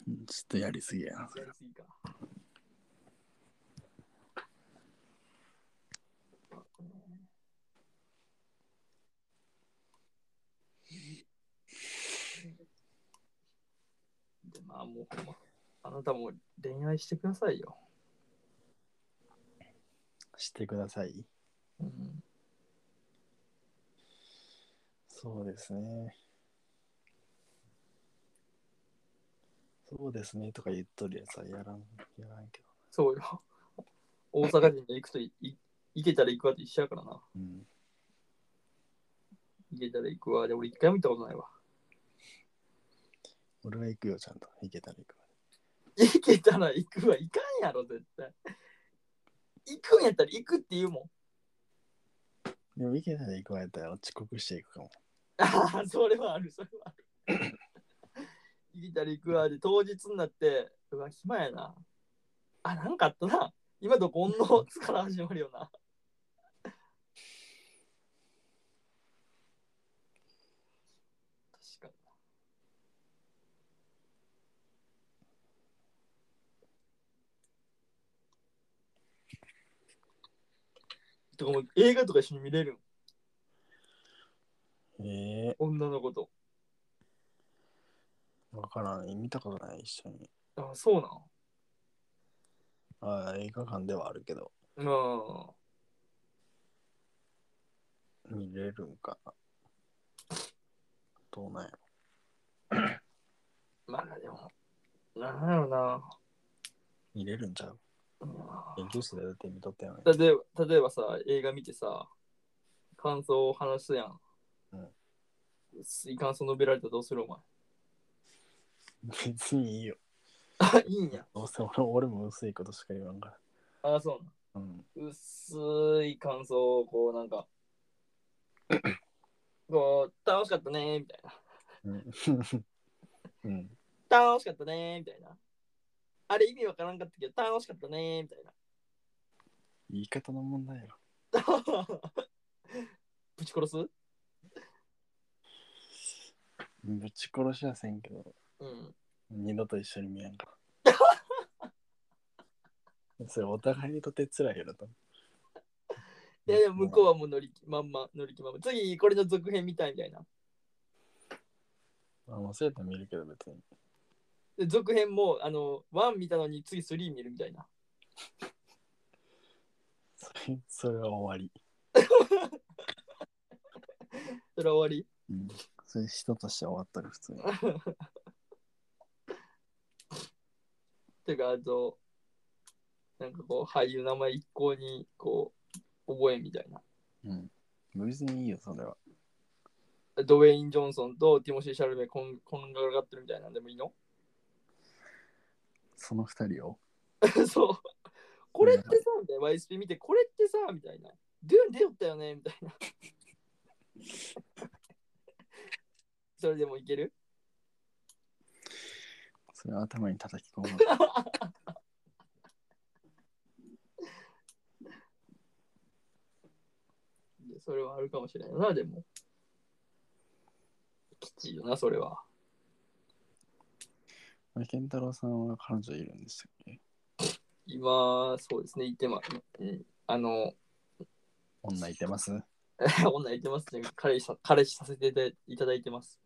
B: うんちょっとやりすぎやな。
A: やりすぎか。でまあもうほんまあなたも恋愛してくださいよ。
B: してください。
A: うん、
B: そうですね。そうですねとか言っとるやつはやらん、やらんけど。
A: そうよ。大阪人で行くといい行けたら行くわって一緒やからな。
B: うん。
A: 行けたら行くわで俺一回も見たことないわ。
B: 俺は行くよ、ちゃんと。行けたら行くわ。
A: 行けたら行くわ行かんやろ絶対。行くんやったら行くって言うもん。
B: でも行けたら行くわやったら遅刻していくかも。
A: ああ、それはある、それはある。ギタリ行くわで当日になって、うわ、暇やな。あ、なんかあったな。今どこおんのつから始まるよな。確かに。とかもう映画とか一緒に見れるん
B: ええ
A: 女の子と。
B: わからん。見たことない、一緒に。
A: あ、そうなん。
B: ああ、映画館ではあるけど、
A: うん。
B: 見れるんかな。どうなんやろ。
A: まあでも、なんやろな。
B: 見れるんちゃう
A: うん
B: 勉強室でだって見とったよね。
A: 例えば例えばさ、映画見てさ、感想を話すやん。
B: うん
A: いい感想述べられたらどうするお前。
B: 別にいいよ。
A: あ、 いいんや。
B: どうせ俺俺も薄いことしか言わんから。
A: あ、そうなん
B: うん。
A: 薄い感想をこうなん か、こう、楽しかったねーみたいな。
B: うん。うん、
A: 楽しかったねーみたいな。あれ意味わからんかったけど、楽しかったねーみたいな。
B: 言い方の問題やろ。
A: ぶち殺す
B: ぶち殺しはせんけど、
A: うん。
B: 二度と一緒に見えんから。 それお互いにとって辛いよなと。
A: いやいや、向こうはもう乗り気まんま、乗り気まんま。次、これの続編みたいみたいな。
B: う。あ、もうそうやったら見るけど別に。
A: で、続編も、あの、1見たのに次3見るみたいな。
B: それそれは終わ
A: それは終わり
B: り。うん。それ人として終わったら普通に。
A: ていうか、あと、なんかこう、俳優の名前一向に、こう、覚えんみたいな。
B: うん。別にいいよ、それは。
A: ドウェイン・ジョンソンとティモシー・シャルメこん、こんがらがってるみたいなんでもいいの
B: その二人を。
A: そう。これってさ、みたいな。YSP 見て、これってさ、みたいな。ドゥン出よったよね、みたいな。 それでもいける
B: それは頭に叩き 込む。
A: でそれはあるかもしれんよな、でも。きついよな、それは。
B: あれ健太郎さんは彼女いるんでしたっけ
A: 今、そうですね、言ってま、うん、あの、
B: 女いてます
A: 女言ってますね、彼氏さ彼氏させていただいてます。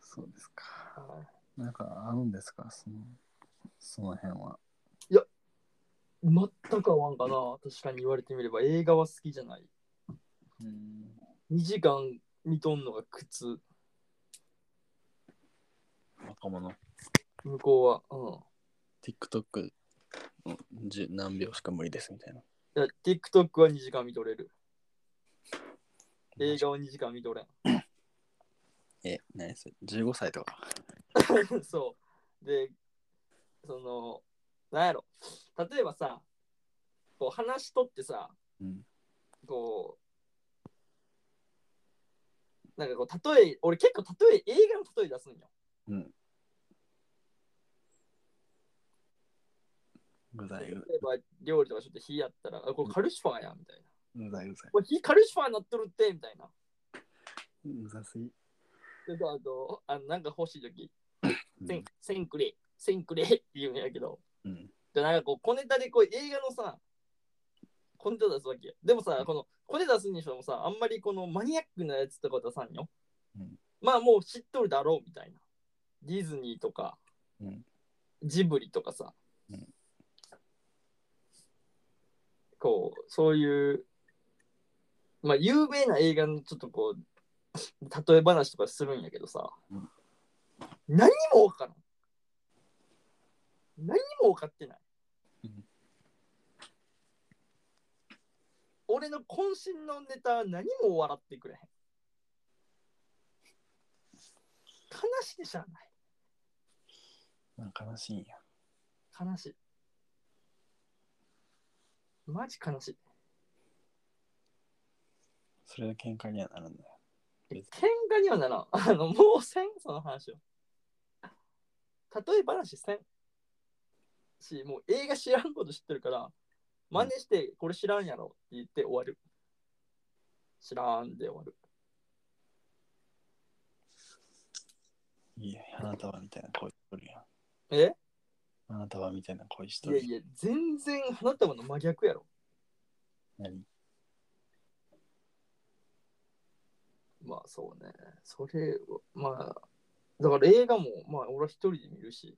B: そうですか。
A: は
B: なんか合うんですかその、その辺
A: い
B: は。
A: 全く合わんかな、確かに言われてみれば、映画は好きじゃない。
B: うん。
A: 2時間見とんのが苦痛、
B: 若者。
A: 向こうは。うん
B: TikTok の10何秒しか無理ですみたいな。
A: いや、TikTok は2時間見とれる。映画は2時間見とれん。
B: え、何それ ?15 歳とか。
A: そう。で、その、なんやろ。例えばさ、こう話しとってさ、
B: うん。
A: こなんかこう、例え、俺結構例え、映画の例え出すんよ。
B: うん。うざ
A: 例
B: い、う
A: えば、料理とかちょっと火やったら、あ、これカルシファーや、みたいな。
B: ざい、うざい。
A: これ火カルシファーになっとるって、みたいな。
B: うざすぎ。
A: で、そうあと、あなんか欲しいとき、
B: うん
A: せん、せんくれ、せんくれって言うんやけど、
B: うん。
A: で、なんかこう、小ネタでこう映画のさ、小ネタ出すわけや。でもさ、この小ネタ出すにしてもさ、あんまりこのマニアックなやつとか出さんよ。
B: うん
A: まあもう知っとるだろうみたいな。ディズニーとか、
B: うん
A: ジブリとかさ、
B: うん
A: こう、そういう、まあ有名な映画のちょっとこう、例え話とかするんやけどさ、
B: うん
A: 何も分からん。何も分かってない。俺の渾身のネタは何も笑ってくれへん。悲しいじゃない。
B: なんか悲しいんや。
A: 悲しい。マジ悲しい。
B: それは喧嘩にはならんない。
A: 喧
B: 別に
A: 嘩にはならん。あの、もうせん、その話を。例え話せん。し、もう映画知らんこと知ってるから、真似して、これ知らんやろって言って終わる。知らんで終わる。
B: いや、あなたはみたいな恋しとるやん。
A: え
B: あなたはみたいな恋しと
A: いや
B: る。
A: いや、全然花束の真逆やろ。
B: 何
A: まあそうね。それは、まあ、だから映画も、まあ俺は一人で見るし、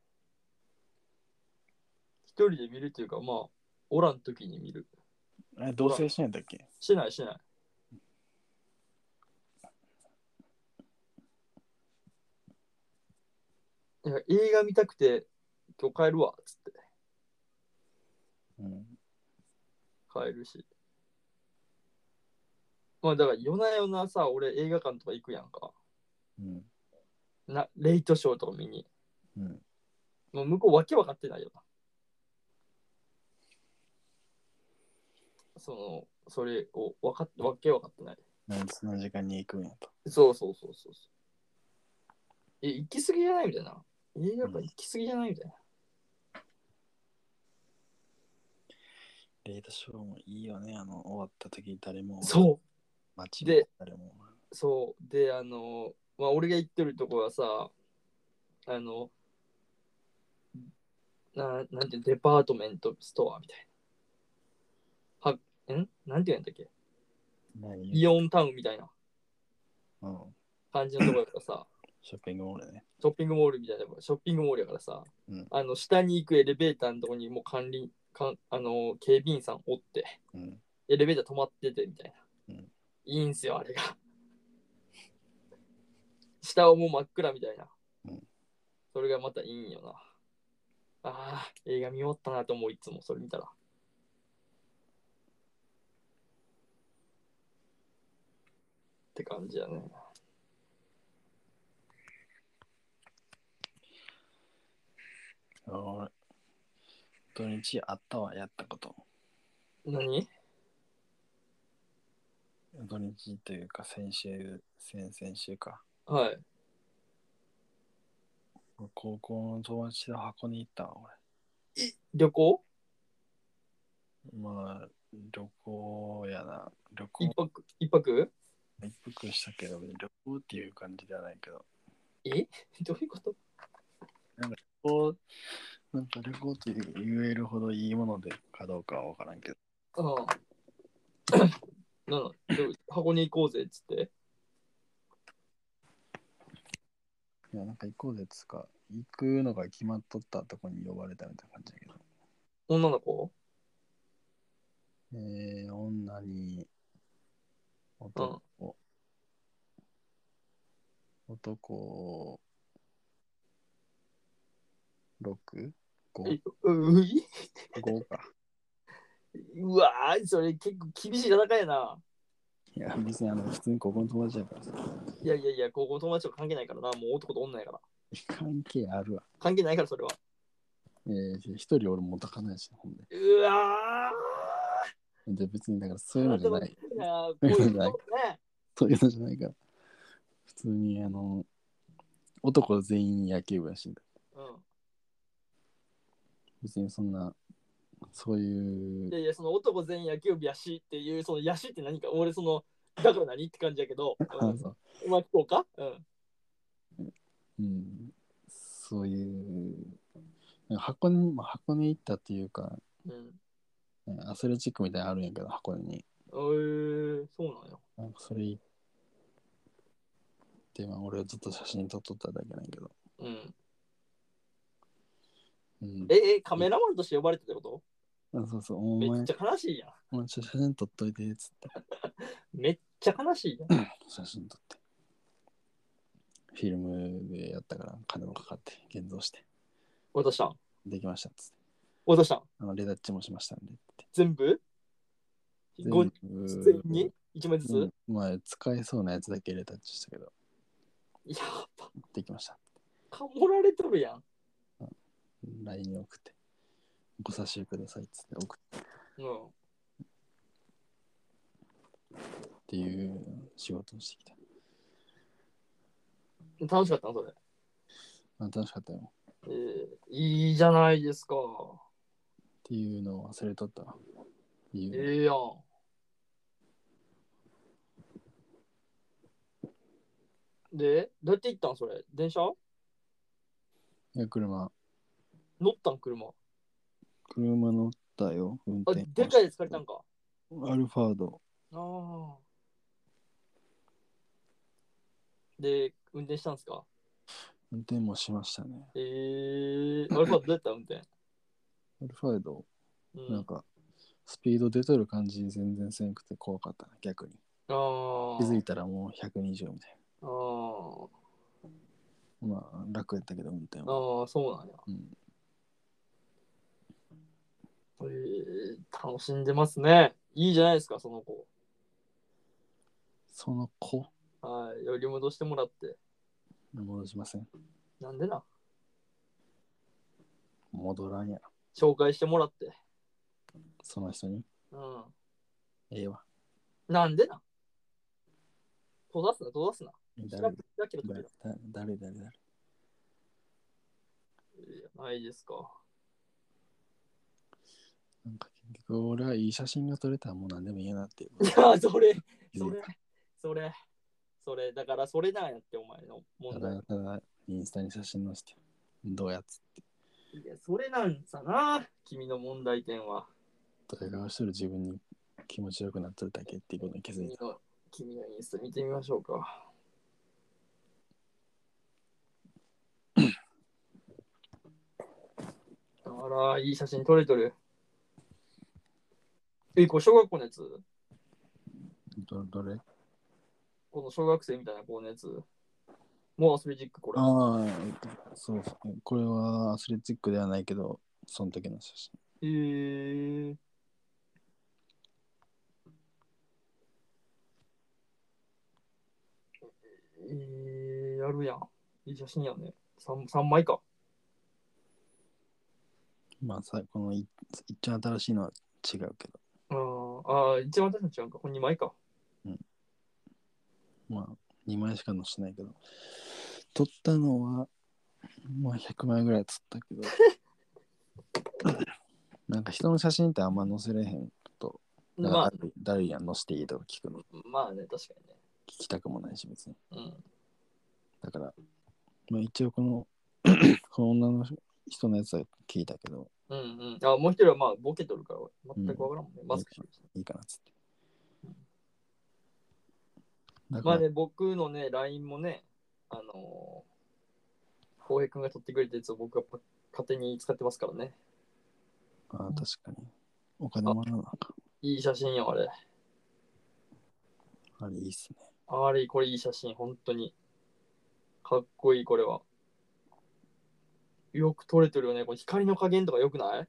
A: 一人で見るっていうか、まあ、おらん時に見る。
B: え、同棲しないんだっけ
A: しないしない。いや映画見たくて、今日帰るわ、つって。
B: うん。
A: 帰るし。まあだから夜な夜なさ、俺映画館とか行くやんか。
B: うん。
A: なレイトショーとか見に。
B: うん。
A: もう向こうわけわかってないよな。その、それをわかっわけわかってない。
B: なんでその時間に行くんやと。
A: そうそうそうそうそう。え、行き過ぎじゃないみたいな。映画館行き過ぎじゃないみたいな。
B: レイトショーもいいよね。あの、終わった時誰も。う。
A: そ
B: 街
A: で
B: で誰も。
A: う、そう。で、あの、まあ、俺が行ってるとこはさ、あの、ななんていうのデパートメントストアみたいな。は、んなんていうんだっけ
B: 何
A: イオンタウンみたいな
B: うん。
A: 感じのとこやからさ。
B: ショッピングモールね。
A: ショッピングモールみたいな、ショッピングモールやからさ、
B: うん
A: あの下に行くエレベーターのとこにもう管理、かんあの警備員さんおって、
B: うん。
A: エレベーター止まっててみたいな。
B: うん
A: いいんすよ、あれが。下はもう真っ暗みたいな。
B: うん
A: それがまたいいんよな。ああ、映画見終わったなと思う、いつもそれ見たら。って感じやね。
B: 俺、土日あったわ、やったこと。
A: 何
B: 土日というか、先週、先々週か。
A: はい。
B: 高校の友達と箱に行ったわ、
A: 旅行
B: 俺。まあ、旅行やな。旅
A: 一
B: 行、
A: 泊一泊
B: 一服したけど、旅行っていう感じではないけど。
A: え どういうこと
B: 旅行、なんか旅行って言えるほどいいものでかどうかは分からんけど。
A: ああ。 なのどう箱に行こうぜっつって。
B: いや、なんか行こうぜっつうか、行くのが決まっとったとこに呼ばれたみたいな感じだけど。
A: 女の子
B: えー、女に男、男 6?5?5
A: えういう
B: か。
A: うわーそれ結構厳しい戦いやな。
B: いや、別にあの、普通に高校の友達だからさ。
A: いやいやいや、高校の友達とか関係ないからな。もう男と女やから。
B: 関係あるわ。
A: 関係ないからそれは。
B: えー、一人俺もたかないし、ほんで。
A: うわ
B: で別に、だからそういうのじゃない。
A: ーいやーこういうことね。
B: そういうのじゃないから。普通にあの男全員野球部やし
A: う
B: 別にそんなそうい
A: ん。いうやいや、その男全員野球部やしっていう、そのやしって何か、俺その、だから何って感じやけど、うん
B: そう
A: うまくこうかうん。
B: うん、そういうなんか箱根まあ箱根行ったっていうか、
A: うん。
B: ねアスレチックみたいなのあるんやけど箱根に
A: えー、そうなんよ。
B: なんかそれ行って、まあ、俺はずっと写真撮っとっただけなんやけど、
A: うん。
B: うん、
A: え、え、カメラマンとして呼ばれてたってこ
B: あそうそ
A: と
B: うお
A: めっ
B: 前
A: ちゃ悲しいやん。
B: お前ちょっと写真撮っといてっつって
A: めっちゃ悲しいやん。
B: 写真撮ってフィルムでやったから金もかかって現像して
A: 渡したん
B: できましたっつって
A: 渡したん
B: あのレタッチもしましたんでって
A: 全部
B: 全
A: ご
B: 部
A: 全員に ?1 枚ずつ、
B: うんまあ使えそうなやつだけレタッチしたけど
A: やっぱ、
B: できました
A: かもられとるやん。
B: LINE に送ってご差しくださいっつって送っ
A: うん。
B: ていう仕事をしてきた、
A: 楽しかったのそれ、
B: まあ、楽しかったよ
A: えーいいじゃないですか。
B: っていうのを忘れとったわ理由
A: ええやん。で、どうやって行ったんそれ電車
B: いや車
A: 乗ったん車。あ、
B: 車乗ったよ運転
A: でかいやつ借りたんか。
B: アルファード
A: ああ。で、運転したんすか
B: 運転もしましたね
A: ええー、アルファどうやった運転。
B: アルファード
A: う
B: なん
A: ん、
B: かスピード出とる感じ全然せんくて怖かったな逆に
A: ああ。
B: 気づいたらもう120みたい
A: ああ。
B: なまあ楽やったけど運転は、
A: ああ、そうなんや。
B: うん、
A: えー、楽しんでますね。いいじゃないですか、その子。
B: その子
A: はい、より戻してもらって。
B: 戻しません
A: なんでな。
B: 戻らんやろ
A: 紹介してもらって。
B: その人に
A: うん。
B: ええわ
A: なんでな。閉ざすな、閉ざすな。キラ
B: 誰
A: キラキラキラ
B: 誰誰誰誰
A: いやないですか。
B: なんか結局俺はいい写真が撮れたらもう何でもいいなっていう
A: いや、それ、それ、それ、それ、だからそれなんやって、お前の
B: た
A: 問題
B: だ。ただインスタに写真載せてどうやっつって
A: いや、それなんさな、君の問題点は。
B: ドヤ顔してる自分に気持ちよくなっとるだけっていうことに気づ
A: 君
B: いた
A: の、君のインスタ見てみましょうか。あら、いい写真撮れとる。え、これ小学校のやつ
B: どどれ
A: この小学生みたいな子のやつもうアスレチックこれ。
B: ああ、えっとそうそうこれはアスレチックではないけどその時の写真
A: えー、えー、やるやん。いい写真やね。3, 三枚か。
B: まあさこのい一番新しいのは違うけど
A: あーあー、一番私の違うんか。これ2枚か。
B: まあ2枚しか載せないけど撮ったのはまあ100枚ぐらい撮ったけど なんか人の写真ってあんま載せれへんとだから
A: まあ
B: だ、るいだるいやん載せていいとか聞くの聞
A: まあね、確か
B: きたくもないし別に
A: にね。
B: だから、まあ、一応この この女の人のやつは聞いたけど
A: うん。うんうん。あ、もう一人はまあ、ボケとるから、全くわからんもんね。マスクしてるし。
B: いいかなっつって。だか
A: ま
B: ら、
A: あね、僕のね、LINE もね、あのー、浩平君が取ってくれたやつを僕がパ勝手に使ってますからね。
B: あー確かに。お金もらうのか。
A: いい写真よ、あれ。
B: あれいいっすね。
A: あれ、これいい写真、本当に。かっこいい、これは。よく撮れてるよね。これ光の加減とかよくない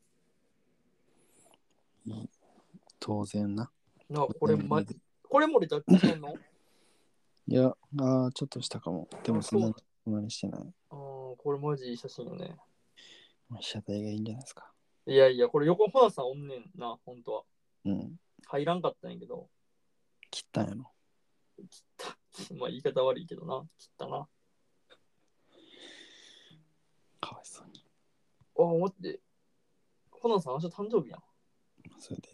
B: 当然な。
A: なあこれ、ま、これもレタッチしてんの
B: いや、ああ、ちょっとしたかも。でもそんな
A: あ
B: に
A: そ、
B: そんなにしてない。
A: あーこれマジいい写真よね。
B: まあ被写体がいいんじゃないですか。
A: いやいや、これ横ほなさんおんねんな、本当は。
B: うん。
A: 入らんかったんやけど。
B: 切ったんやろ。
A: 切った。 まあ言い方悪いけどな、切ったな。あ、
B: かわいそうに。
A: 待って。コナンさん、明日誕生日やん。
B: それで。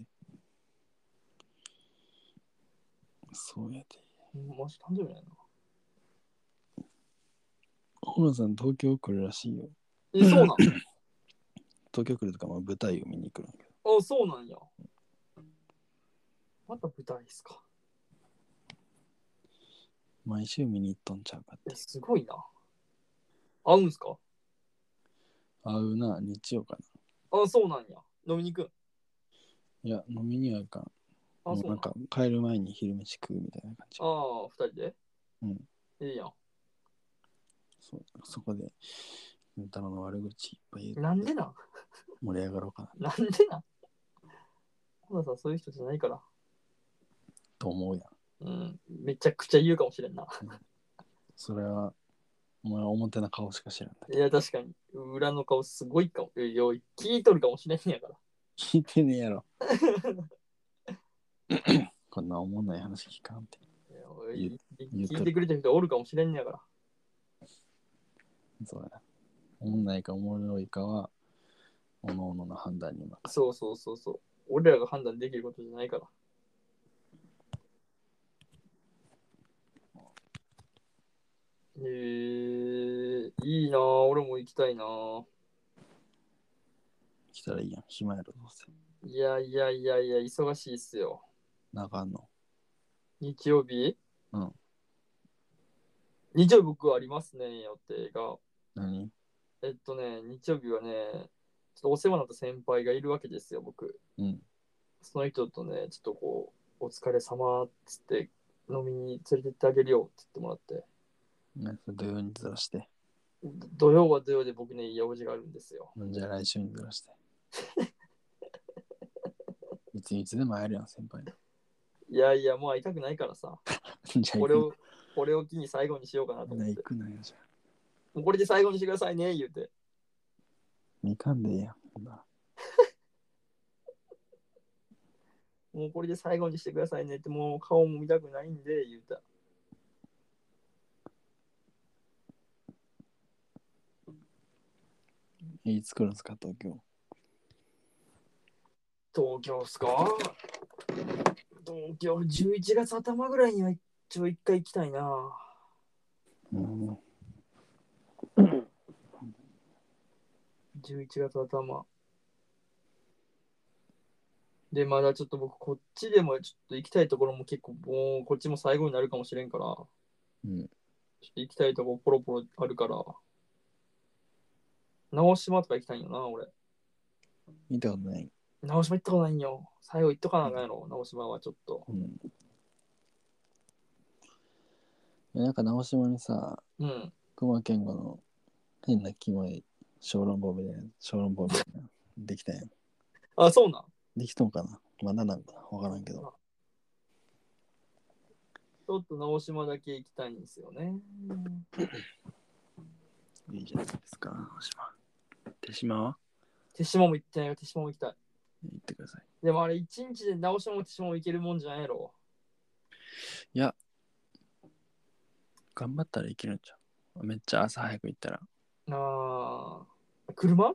B: そうやで。
A: うん明日誕生日なんや
B: 河野さん、東京来るらしいよ。
A: な。え、そうなん
B: 東京来るとか、まあ、舞台を見に来るんだけど。
A: あ、そうなんや。また舞台っすか。
B: 毎週見に行っとんちゃうかっ
A: え、
B: て。
A: すごいな。会うんすか
B: 会うな、日曜か
A: あ、そうなんや。飲みに行くん。
B: な。いや、飲みには行かん。
A: あ、
B: も
A: そうう
B: な
A: なんん
B: か、帰る前に昼飯食うみたいな感じ
A: あ。あ、二人で
B: うん。
A: いいやん。
B: そうそこで、金太郎の悪口いっぱい言う
A: なんでなん
B: 盛り上がろうかな
A: なんでなんコナンさん、そういう人じゃないから。
B: と思うやん。
A: うん。めちゃくちゃ言うかもしれんな。
B: それは、お前は表な顔しか知らない。
A: いや、確かに。裏の顔すごいかも。いやいや聞いとるかもしれんやから。
B: 聞いてねえやろ。 こんなおもんない話聞かんって。
A: いやおい
B: 言うとる
A: 聞いてくれた人おるかもしれんやから。
B: そうやな。おもんないかおもろいかは、おのおのの判断に任
A: そうそうそうそう。俺らが判断できることじゃないから。えー、いいなぁ俺も行きたいなぁ
B: せ来たらいいやん。暇やろ、どうせ。
A: いやいやいやいや、忙しいっすよ。
B: なかんの。
A: 日曜日
B: うん。
A: 日曜日僕はありますね、予定が。
B: 何
A: えっとね、日曜日はね、ちょっとお世話になった先輩がいるわけですよ、僕。
B: うん。
A: その人とね、ちょっとこう、お疲れ様っつって、飲みに連れてってあげるよって言ってもらって、
B: ね、それ土曜にずらして。
A: ど土曜は土曜で僕ね、用事があるんですよ。
B: じゃあ来週にずらして。 いついつでも会えるやん、先輩 に。
A: いやいや、もう会いたくないからさ、
B: じゃあ
A: これ
B: 行
A: を、これを機に最後にしようかなと
B: く
A: 思
B: な
A: っ
B: 行
A: て、
B: くなよ、じゃあ。
A: もうこれで最後にしてくださいね、言うて。
B: 行かんでええやん、ほんなら
A: もうこれで最後にしてくださいねって、もう顔も見たくないんで、言うた。
B: いつ来るんすか、東京。
A: 東京っすか東京11月頭ぐらいには一応一回行きたいな
B: うん。
A: 11月頭でまだちょっと僕こっちでもちょっと行きたいところも結構もうこっちも最後になるかもしれんからちょ
B: うん。
A: っと行きたいとこポロポロあるから直島とか行きたいんよな俺
B: 見たことない。
A: 直島行ったことないんよ最後行っとかなあかんやろ直島はちょっと
B: うん。なんか直島にさ、
A: うん
B: 熊健吾の変なキモい小籠包みたいな、小籠包みたいな、できたやん。
A: あそうなん
B: できとんかなまだなんかなわからんけど。
A: ちょっと直島だけ行きたいんですよね
B: いいじゃないですか、直島。手島は
A: 手島も行ってないよ手島も行きたい
B: 行ってください。
A: でもあれ一日で直しも手島も行けるもんじゃないやろ
B: 頑張ったらいけるんちゃうめっちゃ朝早く行ったら。
A: あー車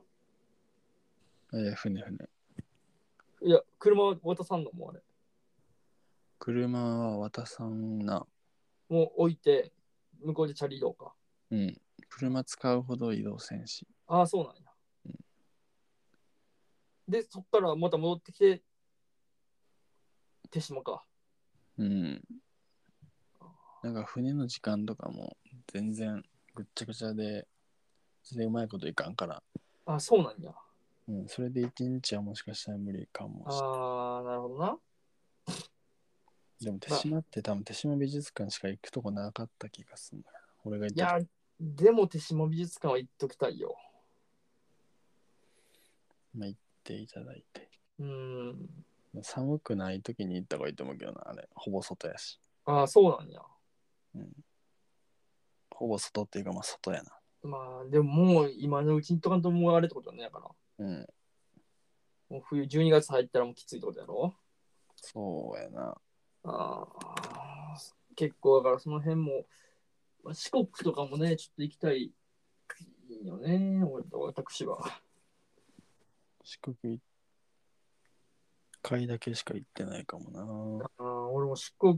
B: えー、船船。
A: いや、車は渡さんのもうあれ。
B: 車は渡さんな。
A: もう置いて、向こうでチャリ移動か。
B: うん。車使うほど移動せんし。
A: ああ、そうなんや。で、そっからまた戻ってきて、手島か。
B: うん。なんか船の時間とかも全然ぐっちゃぐちゃで、それでうまいこといかんから、
A: ああ、そうなんや。
B: うん、それで一日はもしかしたら無理かもし
A: ああ、なるほどな。
B: れでも手島って多分手島美術館しか行くとこなかった気がするんだよな。俺が行っ
A: い
B: た
A: や、でも手島美術館は行っときたいよ。
B: まあ、行っていただいて。
A: うーん。
B: 寒くない時に行った方がいいと思うけどな、あれ。ほぼ外やし。
A: ああ、そうなんや。
B: ほぼ外っていうかまあ外やな。
A: まあ、でももう今のうちに行っとかんともうあれってことねやから。
B: うん。
A: もう冬12月入ったらもうきついってことやろ
B: そうやな。
A: ああ、結構だからその辺も、まあ、四国とかもね、ちょっと行きたいよね、俺と私は。
B: 四国一回だけしか行ってないかも
A: あー俺も四国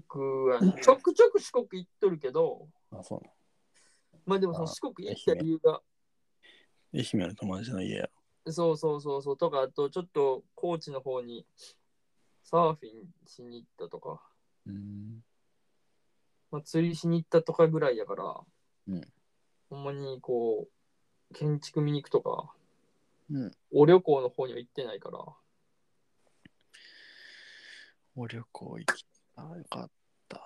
A: は、ちょくちょく四国行っとるけど、
B: な。あ、そうな
A: まあでもその
B: あー
A: 四国行った理由が、
B: の。愛媛の友達の家や
A: そうそうそうそう、とか、あとちょっと高知の方にサーフィンしに行ったとか、
B: ろ。うん。
A: まあ、釣りしに行ったとかぐらいやから、
B: うん
A: ほんまにこう、建築見に行くとか、
B: うん。
A: お旅行の方には行ってないから、
B: お旅行行きあよかったな、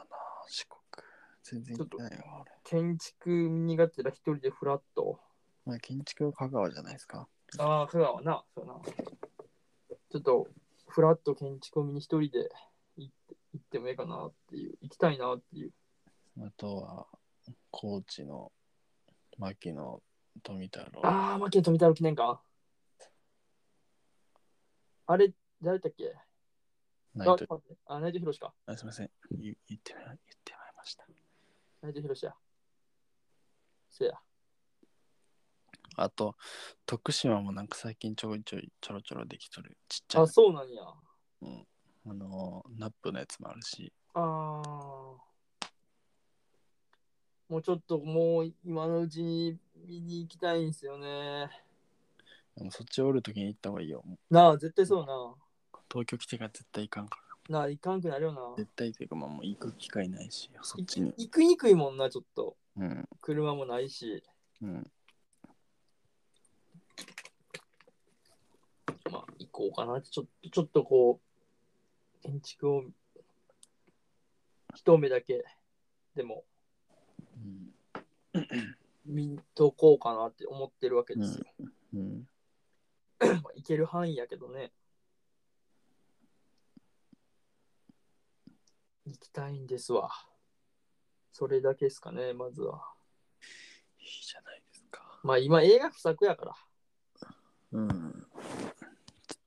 B: 四国。全然行ってないわ、俺。
A: 建築見にがてら一人でフラッと。
B: まあ、建築は香川じゃないですか。
A: ああ、香川な、そうやな。ちょっと、フラッと建築を見に一人で行って行ってもいいかなっていう、行きたいなっていう。
B: あとは、高知の牧野富太郎。
A: ああ、牧野富太郎記念館。あれ、誰だっけ
B: ないと。
A: あ、内藤博士か。
B: あすみません。言言ってない、言ってまいりました。
A: 内藤博士や。せや。
B: あと、徳島もなんか最近ちょいちょいちょろちょろできとる。ちっちゃい
A: あ、そうなんや。
B: あのー、ナップのやつもあるし、
A: ああ。もうちょっともう今のうちに見に行きたいんですよね。
B: でもそっちおるときに行った方がいいよ。もう
A: なあ、絶対そうな。
B: 東京来てから絶対行かんか
A: なあ、行かんくなるよ
B: ら。
A: な。
B: 絶対というか、まあもう行く機会ないし、そっちに。
A: 行きにくいもんな、ちょっと。
B: うん。
A: 車もないし。
B: うん。
A: まあ、行こうかなって、ちょっと、ちょっとこう、建築を、一目だけ、でも、
B: うん。
A: 見とこうかなって思ってるわけですよ。
B: うん。
A: まあ、行ける範囲やけどね。行きたいんですわ。それだけですかね、まずは。
B: いいじゃないですか。
A: まあ、今、映画不作やから。
B: うん。ちょっ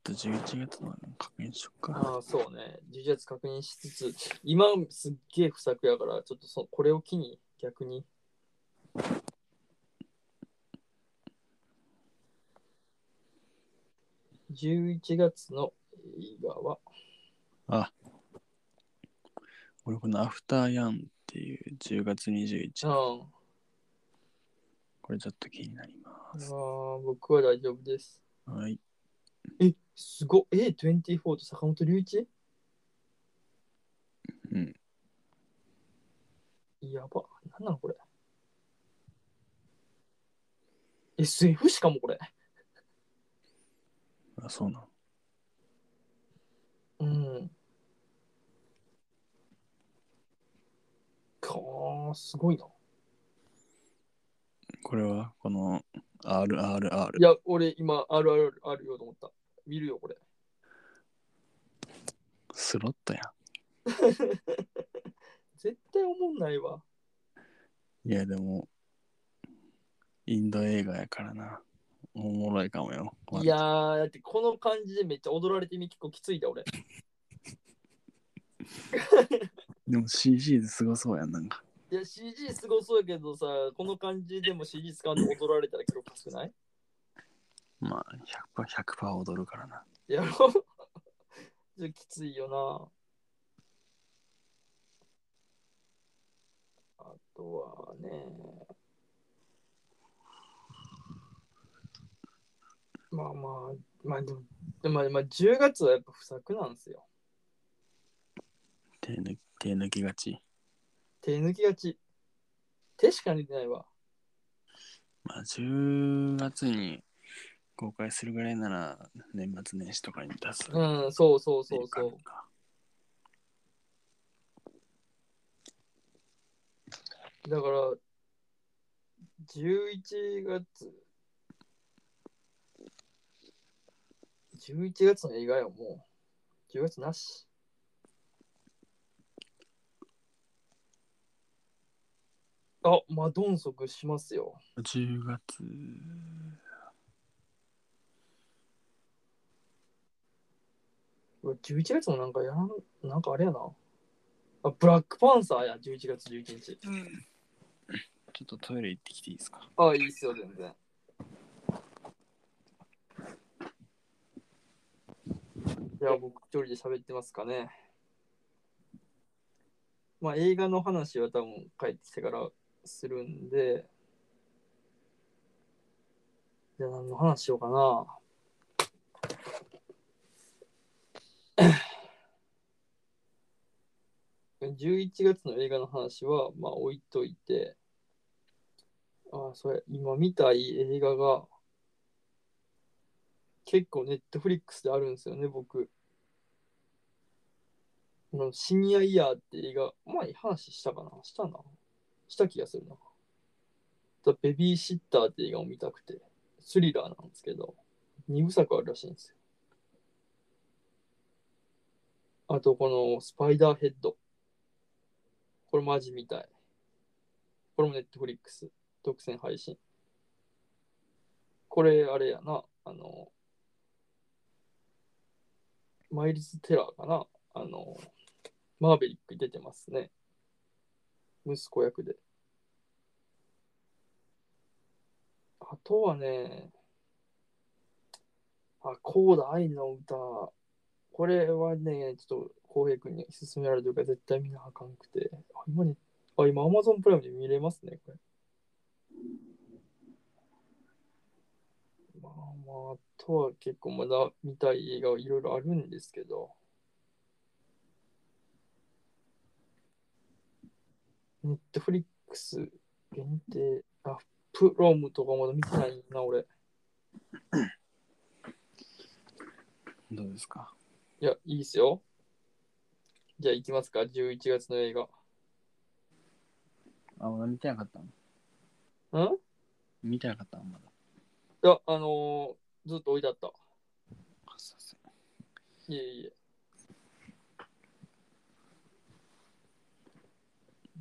B: と11月の確認しよっか。
A: ああ、そうね。11月確認しつつ、今すっげえ不作やから、ちょっとそこれを機に逆に。11月の映画は、
B: 俺このアフターヤンっていう10月21
A: うん、
B: 日、
A: あ
B: これちょっと気になります。
A: あ僕は大丈夫です。
B: はい。
A: え、すごっ。え、24と坂本龍一
B: うん。
A: やば。なんなのこれ。SF しかもこれ。
B: あ、そうなの。
A: うん。かーすごいな。
B: これはこの RRR。
A: いや、俺今、あるあるあるよと思った。見るよ、これ。
B: スロットや
A: 絶対思んないわ。
B: ん。いや、でも、インド映画やからな。おもろいかもよ。
A: いやー、だってこの感じでめっちゃ踊られてみ、結構きついだ、俺。
B: でも CG ですごそうやん、なんか。
A: いや、CG すごそうやけどさ、この感じでも CG 使うんで踊られたら結構きつくない
B: まあ、100%、100%踊るからな。
A: やろ ちょっときついよな。あとはね。まあまあ、まあでも、でもまあ10月はやっぱ不作なんですよ。
B: 手抜手抜きがち。
A: 手抜きがち。手しか抜いてないわ。
B: まあ、10月に公開するぐらいなら、年末年始とかに出す。
A: うん、そうそうそう
B: ってい
A: そう
B: 感。じか
A: だから、11月、11月の映画よ、もう。10月なし。あ、マドンソクしますよ。
B: 10月。
A: うわ11月もなんかやらん、なんかあれやな。あブラックパンサーや、11月11日。
C: うん。
B: ちょっとトイレ行ってきていいですか
A: ああ、いいっすよ、全然。じゃあ、僕一人で喋ってますかね。まあ、映画の話は多分帰ってきてからするんで、じゃあ何の話しようかな。11月の映画の話は、まあ、置いといて、あ、それ、今見たい映画が、結構ネットフリックスであるんですよね、僕。あのシニアイヤーって映画、前話したかなしたなした気がするな。ザベビーシッターって映画を見たくて、スリラーなんですけど、2部作あるらしいんですよ。あと、このスパイダーヘッド。これマジみたい。これもネットフリックス。独占配信。これ、あれやな、あの、マイルズ・テラーかな、あの、マーベリックに出てますね。息子役で。あとはね、あ、コーダ愛の歌。これはね、ちょっと、浩平君に勧められてるから絶対見なあかんくて。あ、今ね、あ、今 Amazon プライムで見れますね、これ。まあまあ、あとは結構まだ見たい映画はいろいろあるんですけど、ネットフリックス限定、あ、プロムとかまだ見てないな、俺。
B: どうですか
A: いや、いいっすよ。じゃあ行きますか、11月の映画。
B: あ、まだ見てなかったの
A: ん
B: 見てなかったのまだ。
A: いや、あのーずっと置いてあった。
B: あすいません
A: いえいえ。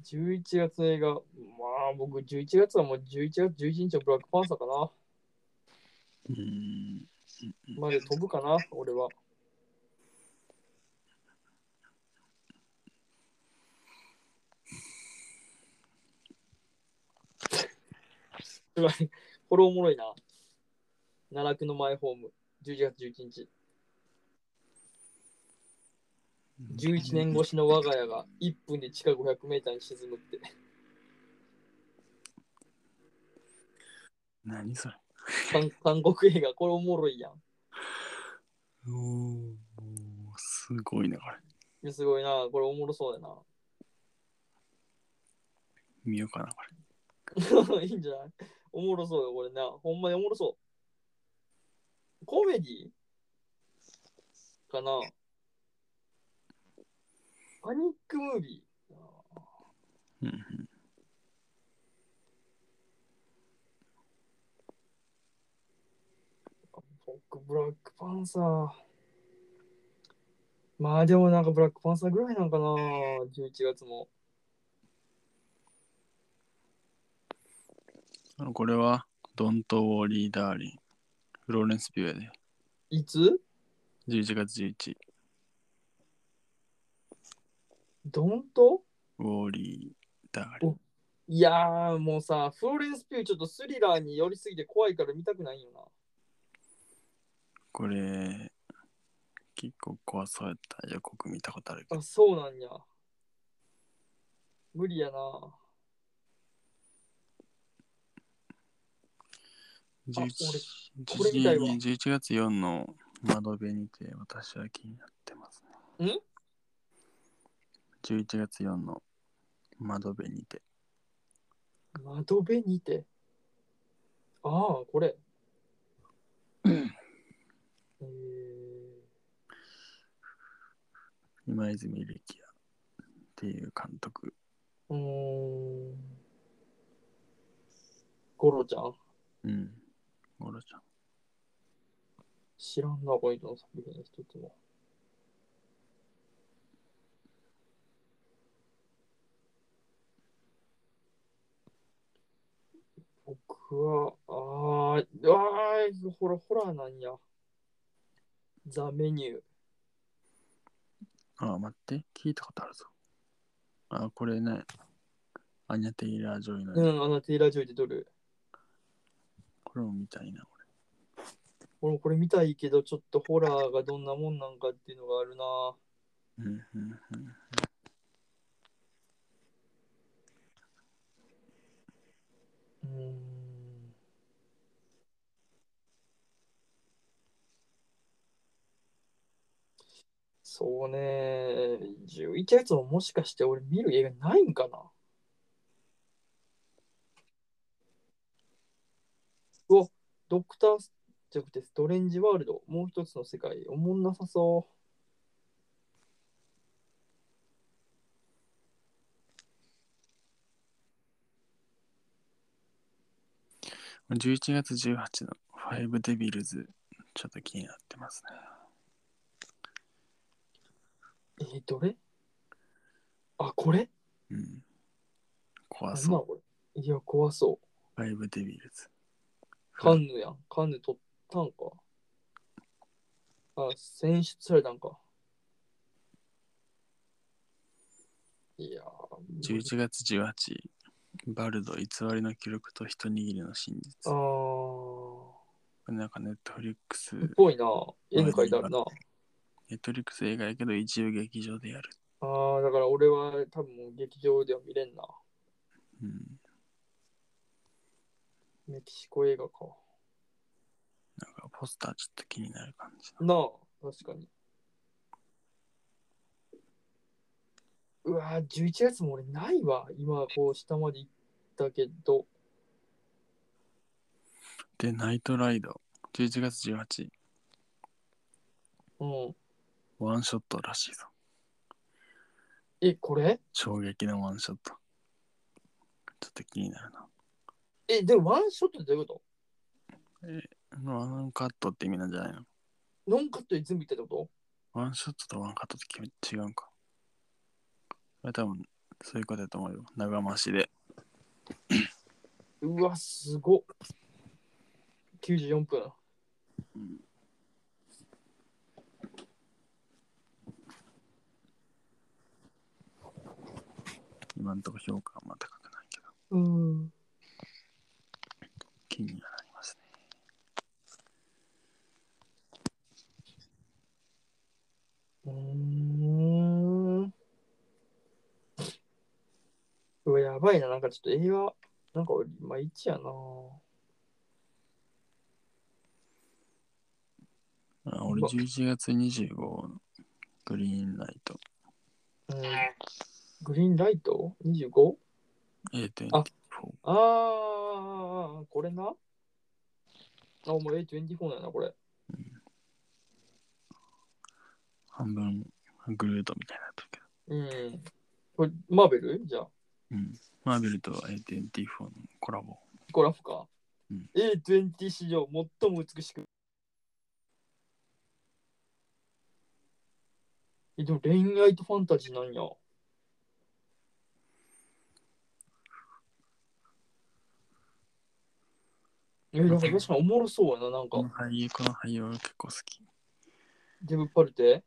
A: 11月の映画、まあ僕11月はもう11月11日はブラックパンサーかな。
B: うーん。
A: まで飛ぶかな、俺は。すごいこれおもろいな。奈落のマイホーム、11月11日。11年越しの我が家が1分で地下500メーターに沈むって。
B: 何それ
A: 韓韓国映画、これおもろいやん。
B: おーすごいね、これ。
A: いやすごいな、これおもろそうや
B: 見ようかな、これ。
A: な。いいんじゃない おもろそうよ、これな。ほんまにおもろそう。コメディかなパニックムービー。
B: うんうん
A: 僕、ブラックパンサー。まあでもなんかブラックパンサーぐらいなんかな、11月も。
B: あのこれは、ドント・ウォーリー・ダーリン。フローレンス・ピューエで。
A: いつ
B: 11月11。
A: どんと
B: ウォーリー・ダーリン。
A: いやーもうさ、フローレンス・ピューちょっとスリラーに寄りすぎて怖いから見たくないよな。
B: これ、結構怖そうやった。予告見たことあるけど
A: あ、。そうなんや。無理やな。あ俺これ見たいわ
B: 11 11月4の窓辺にて私は気になってますね。
A: ん
B: ?11 月4の窓辺にて。
A: 窓辺にて。ああ、これ。えー、
B: 今泉力也っていう監督。
A: うーん。ゴロちゃん
B: うん。ゴロちゃん。
A: 知らんな、この人の作品の一つも。僕は、あーあー、ほら、ホラーなんや。ザ・メニュー。
B: ああ、待って。聞いたことあるぞ。あ、これね。アニャ・テイラー・ジョイの、
A: うん、あのテイラー・ジョイで撮る。
B: これも見たいな。俺
A: 俺もこれ見たいけど、ちょっとホラーがどんなもんなんかっていうのがあるな。
B: うんうんうん
A: うーん。そうね。11月ももしかして俺見る映画ないんかなうわ、ドクタースじゃなくてストレンジワールド、もう一つの世界、おもんなさそう。
B: 11月18のファイブデビルズ、ちょっと気になってますね。
A: えーどれあ、これ
B: うん。怖
A: なんな
B: そ
A: んこれいや、怖そう。
B: う。ファイブデビルズ。
A: カンヌやん。カンヌ取ったんか。あ、選出されたんか。いやー。
B: 11月18バルド偽りの記録と一握りの真実。
A: あ
B: こ
A: ー。
B: れなんかネットフリックス、
A: っぽいな。絵に描いてあるな。
B: ネットフリックス映画やけど一応劇場でやる。
A: あー、だから俺は多分もう劇場では見れんな。
B: うん。
A: メキシコ映画か。
B: なんかポスターちょっと気になる感じの。
A: なあ、確かに。うわー、11月も俺ないわ。今、こう下まで行ったけど。
B: で、ナイトライド。11月18
A: うん。
B: ワンショットらしいぞ。
A: え、これ
B: 衝撃のワンショット。ちょっと気になるな。
A: え、でもワンショットってどういうこと
B: ワンカットって意味なんじゃないの
A: ノンカットで全部いったってこ
B: ワンショットとワンカットって決め違うんか。これ多分、そういうことだと思うよ。長回しで。
A: とうわ、すごっ。94分。
B: うん今んとこ評価はまあ高くないけど、
A: うん。
B: 気にはなりますね。
A: うん。うわ、やばいな。なんかちょっと映画、なんか俺、いまいちやな。
B: あ俺
A: ま
B: 11月25のグリーンライト
A: うん。グリーンライト ?25?
B: 8.4
A: あ。あー、これな。あ、お前 A24 やな、これ。
B: 半分グルートみたいになってる
A: う
B: けど。
A: ん。これ、マーベルじゃあ。
B: うん。マーベルと8.4のコラボ。
A: コラフか。
B: うん
A: A20 史上最も美しく。え、でも恋愛とファンタジーなんや。え、なんか確かにおもろそうやな、なん
B: この
A: か。
B: 俳優、この俳優俺結構好き。
A: デブパルテ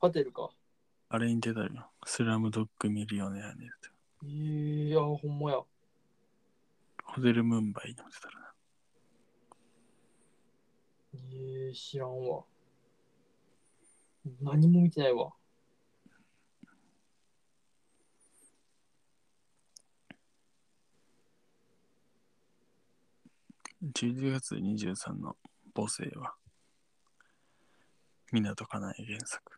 A: パテルか。
B: あれに出たよ。スラムドッグミリオネアに出てる
A: いや、ほんまや。
B: ホテルムンバイにも出てるな。
A: えー、知らんわ。何も見てないわ。
B: 11月23の母性は、港かなえ原作。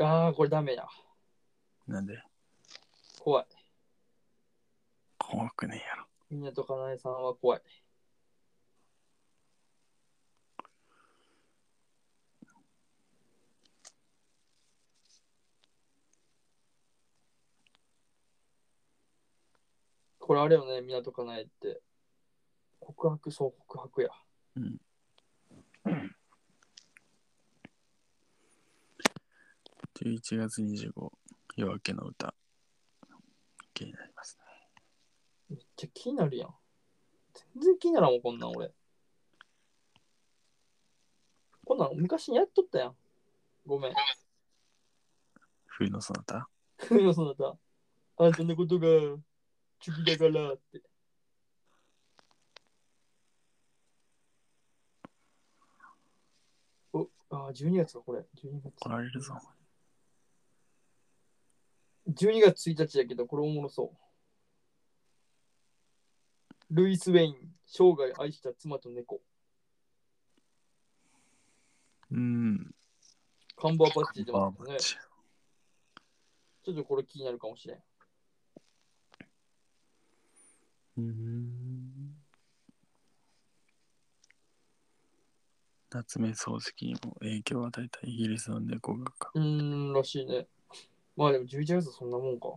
A: ああ、これダメや。
B: なんで、
A: 怖い。
B: 怖くねえやろ。
A: 港かなえさんは怖い。これあれよね、港かなえって。告白、そう、告白や。
B: 11月25、夜明けの歌。気になります
A: め
B: ね。
A: っちゃ気になるやん。全然気にならんもん、こんなん俺。こんなん昔やっとったやん。ごめん。
B: 冬のそなた
A: 冬のそなた。あんたのことが好きだからって。お、あー、12月だ、これ。12月。
B: 怒られるぞ。
A: 12月1日だけど、これおもろそう。ルイス・ウェイン、生涯愛した妻と猫。
B: うん。
A: カンバーバッチ出ます
B: バー
A: け
B: バ
A: どね
B: ッ。チ。
A: ちょっとこれ気になるかもしれん。
B: うん。夏目漱石にも影響を与えたイギリスの猫画家。
A: うーん、らしいね。まあでも11月はそんなもんか。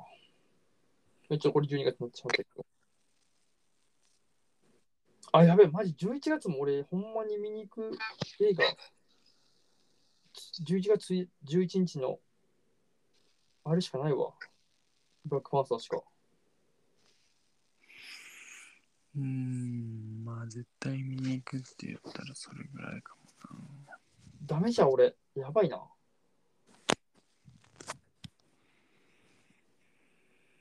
A: めっちゃこれ12月になっちゃうんだけど。あ、やべえ、マジ11月も俺、ほんまに見に行く映画。11月11日の、あれしかないわ。ブラックパンサーしか。
B: うん。まあ絶対見に行くって言ったらそれぐらいかもな。
A: ダメじゃん、俺。やばいな。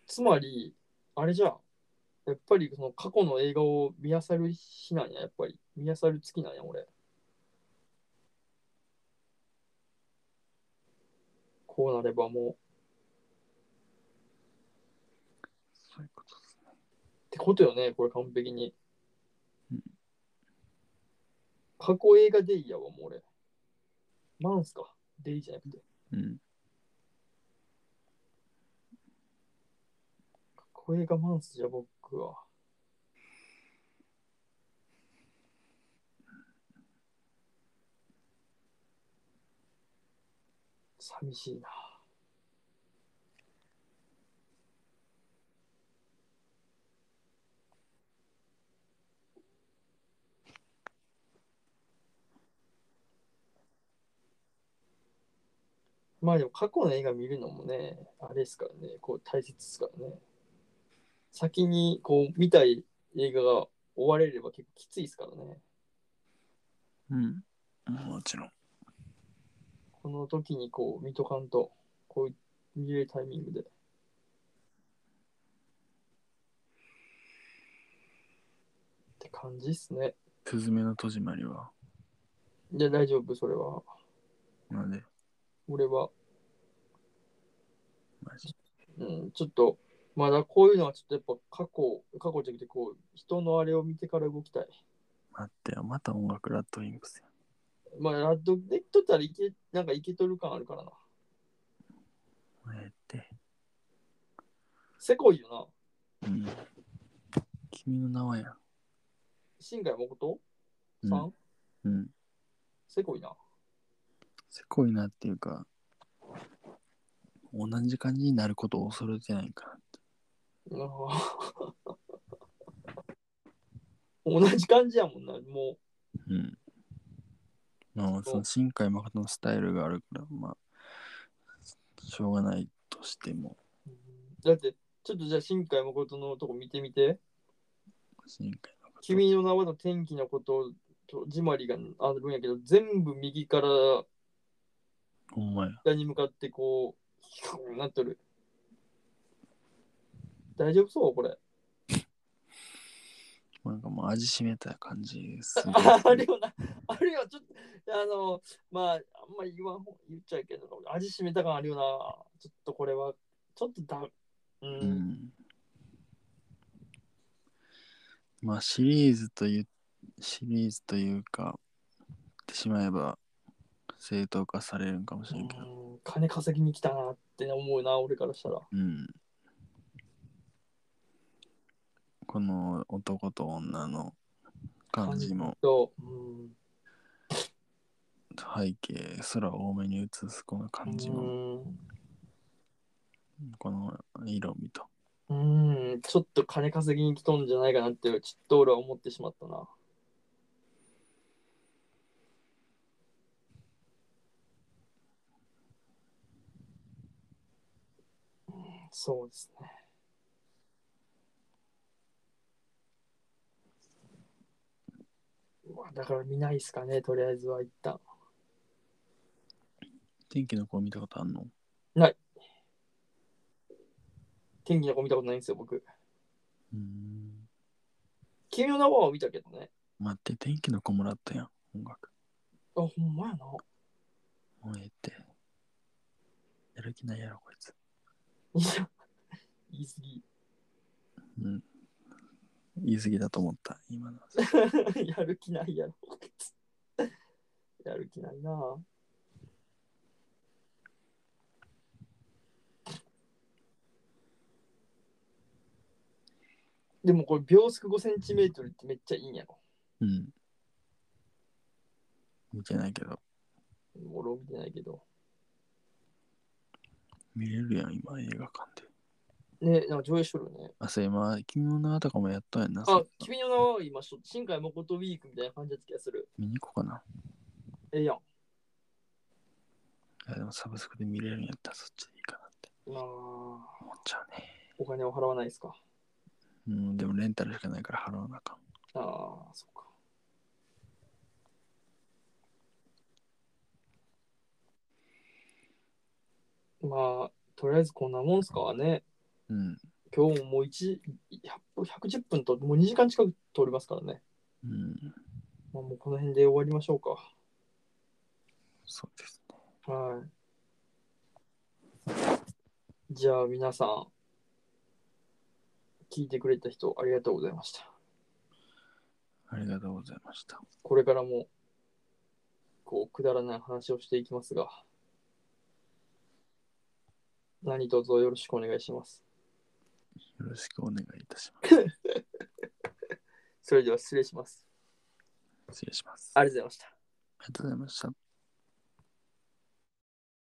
A: つまり、あれじゃん。やっぱりその過去の映画を見漁る日なんや、やっぱり。見漁る月なんや、俺。こうなればもう。っ
B: そういうことですね。
A: てことよね、これ完璧に
B: うん。
A: 過去映画デイやわ、もう俺。マンスか。デイじゃなくて。
B: うん。
A: これがマンスじゃ僕は。寂しいな。まあでも過去の映画見るのもね、あれですからね、こう大切ですからね。先にこう見たい映画が終われれば結構きついですからね。
B: うん。もちろん。
A: この時にこう見とかんと、こういう見れるタイミングで。って感じっすね。
B: すずめの戸締まりは。
A: いや、大丈夫、それは。
B: なんで
A: 俺は、
B: マジ
A: うん、ちょっと、まだこういうのはちょっとやっぱ過去、過去じゃなくて、こう、人のあれを見てから動きたい。
B: 待ってよ。また音楽ラッドウィンプスや。
A: まあ、ラッドでっとったらいけ、なんかいけとる感あるからな。
B: ええって。
A: せこいよな。
B: うん。君の名はや。
A: 新海誠
B: う
A: さん、
B: ん。うん。
A: せこいな。
B: せこいなっていうか、同じ感じになることを恐れてないから。
A: なるほど 同じ感じやもんな、も
B: うん。まあ、その新海誠のスタイルがあるから、まあ、しょうがないとしても、
A: う。だって、ちょっとじゃあ、新海誠のとこ見てみて。
B: 新海誠。
A: 君の名はの天気のことと、ジマリがあるんやけど、全部右から
B: ほんまや。
A: 下に向かってこう、ヒューンなっとる。大丈夫そうこれ。
B: なんかもう味しめた感じですごい。
A: ああれよな、あれよ、ちょっと、あの、まあ、あんまり言わんほ言っちゃうけど、味しめた感あるよな。ちょっとこれは、ちょっとだ、
B: う
A: うん
B: ん。まあ、シリーズという、シリーズというか、言ってしまえば、正当化されるんかもしれんけど。
A: うん金稼ぎに来たなって思うな、俺からしたら。
B: うん。この男と女の感じも
A: と、うん
B: 背景空を多めに映すこの感じもこの色味と
A: うん、うんちょっと金稼ぎに来とんじゃないかなって、ちょっと俺は思ってしまったな。うんそうですね。まあだから見ないっすかね、とりあえずは一旦。
B: 天気の子見たことあんの
A: ない天気の子見たことないんですよ、僕。
B: うーん。
A: 君の名は見たけどね。
B: 待って、天気の子もらったやん、音楽。
A: あ、ほんまやな。
B: もうええって。やる気ないやろ、こいつ。
A: いや、言い過ぎ。
B: うん。言い過ぎだと思った、今のは。
A: やる気ないやろ。やる気ないなぁ。でもこれ秒速5センチメートルってめっちゃいいんやろ。
B: うん。見てないけど、
A: もう俺は見てないけど。
B: 見れるやん、今、映画館で。
A: ねなんか上映しとるよね。
B: あ、そういえば、君の名はとかもやったやんな。そ
A: あ
B: う、
A: 君の名は今しょ、新海誠ウィークみたいな感じだった気がする。
B: 見に行こうかな。
A: ええやん。
B: いや、でもサブスクで見れるんやったらそっちでいいかなって
A: まあ、
B: 思っちゃうね。
A: お金を払わないですか。
B: うん、でもレンタルしかないから払わなあかん。
A: ああ、そっか。まあ、とりあえずこんなもんすかね。
B: うん。
A: 今日ももう1、100 110分と、もう2時間近く通りますからね。
B: うん。
A: まあ、もうこの辺で終わりましょうか。
B: そうですね。
A: はい。じゃあ皆さん、聞いてくれた人ありがとうございました。
B: ありがとうございました。
A: これからも、こう、くだらない話をしていきますが、何卒よろしくお願いします。
B: よろしくお願いいたしま
A: それでは失礼します。
B: す。失礼します。あ
A: ありがとうございました。
B: りがとうございました。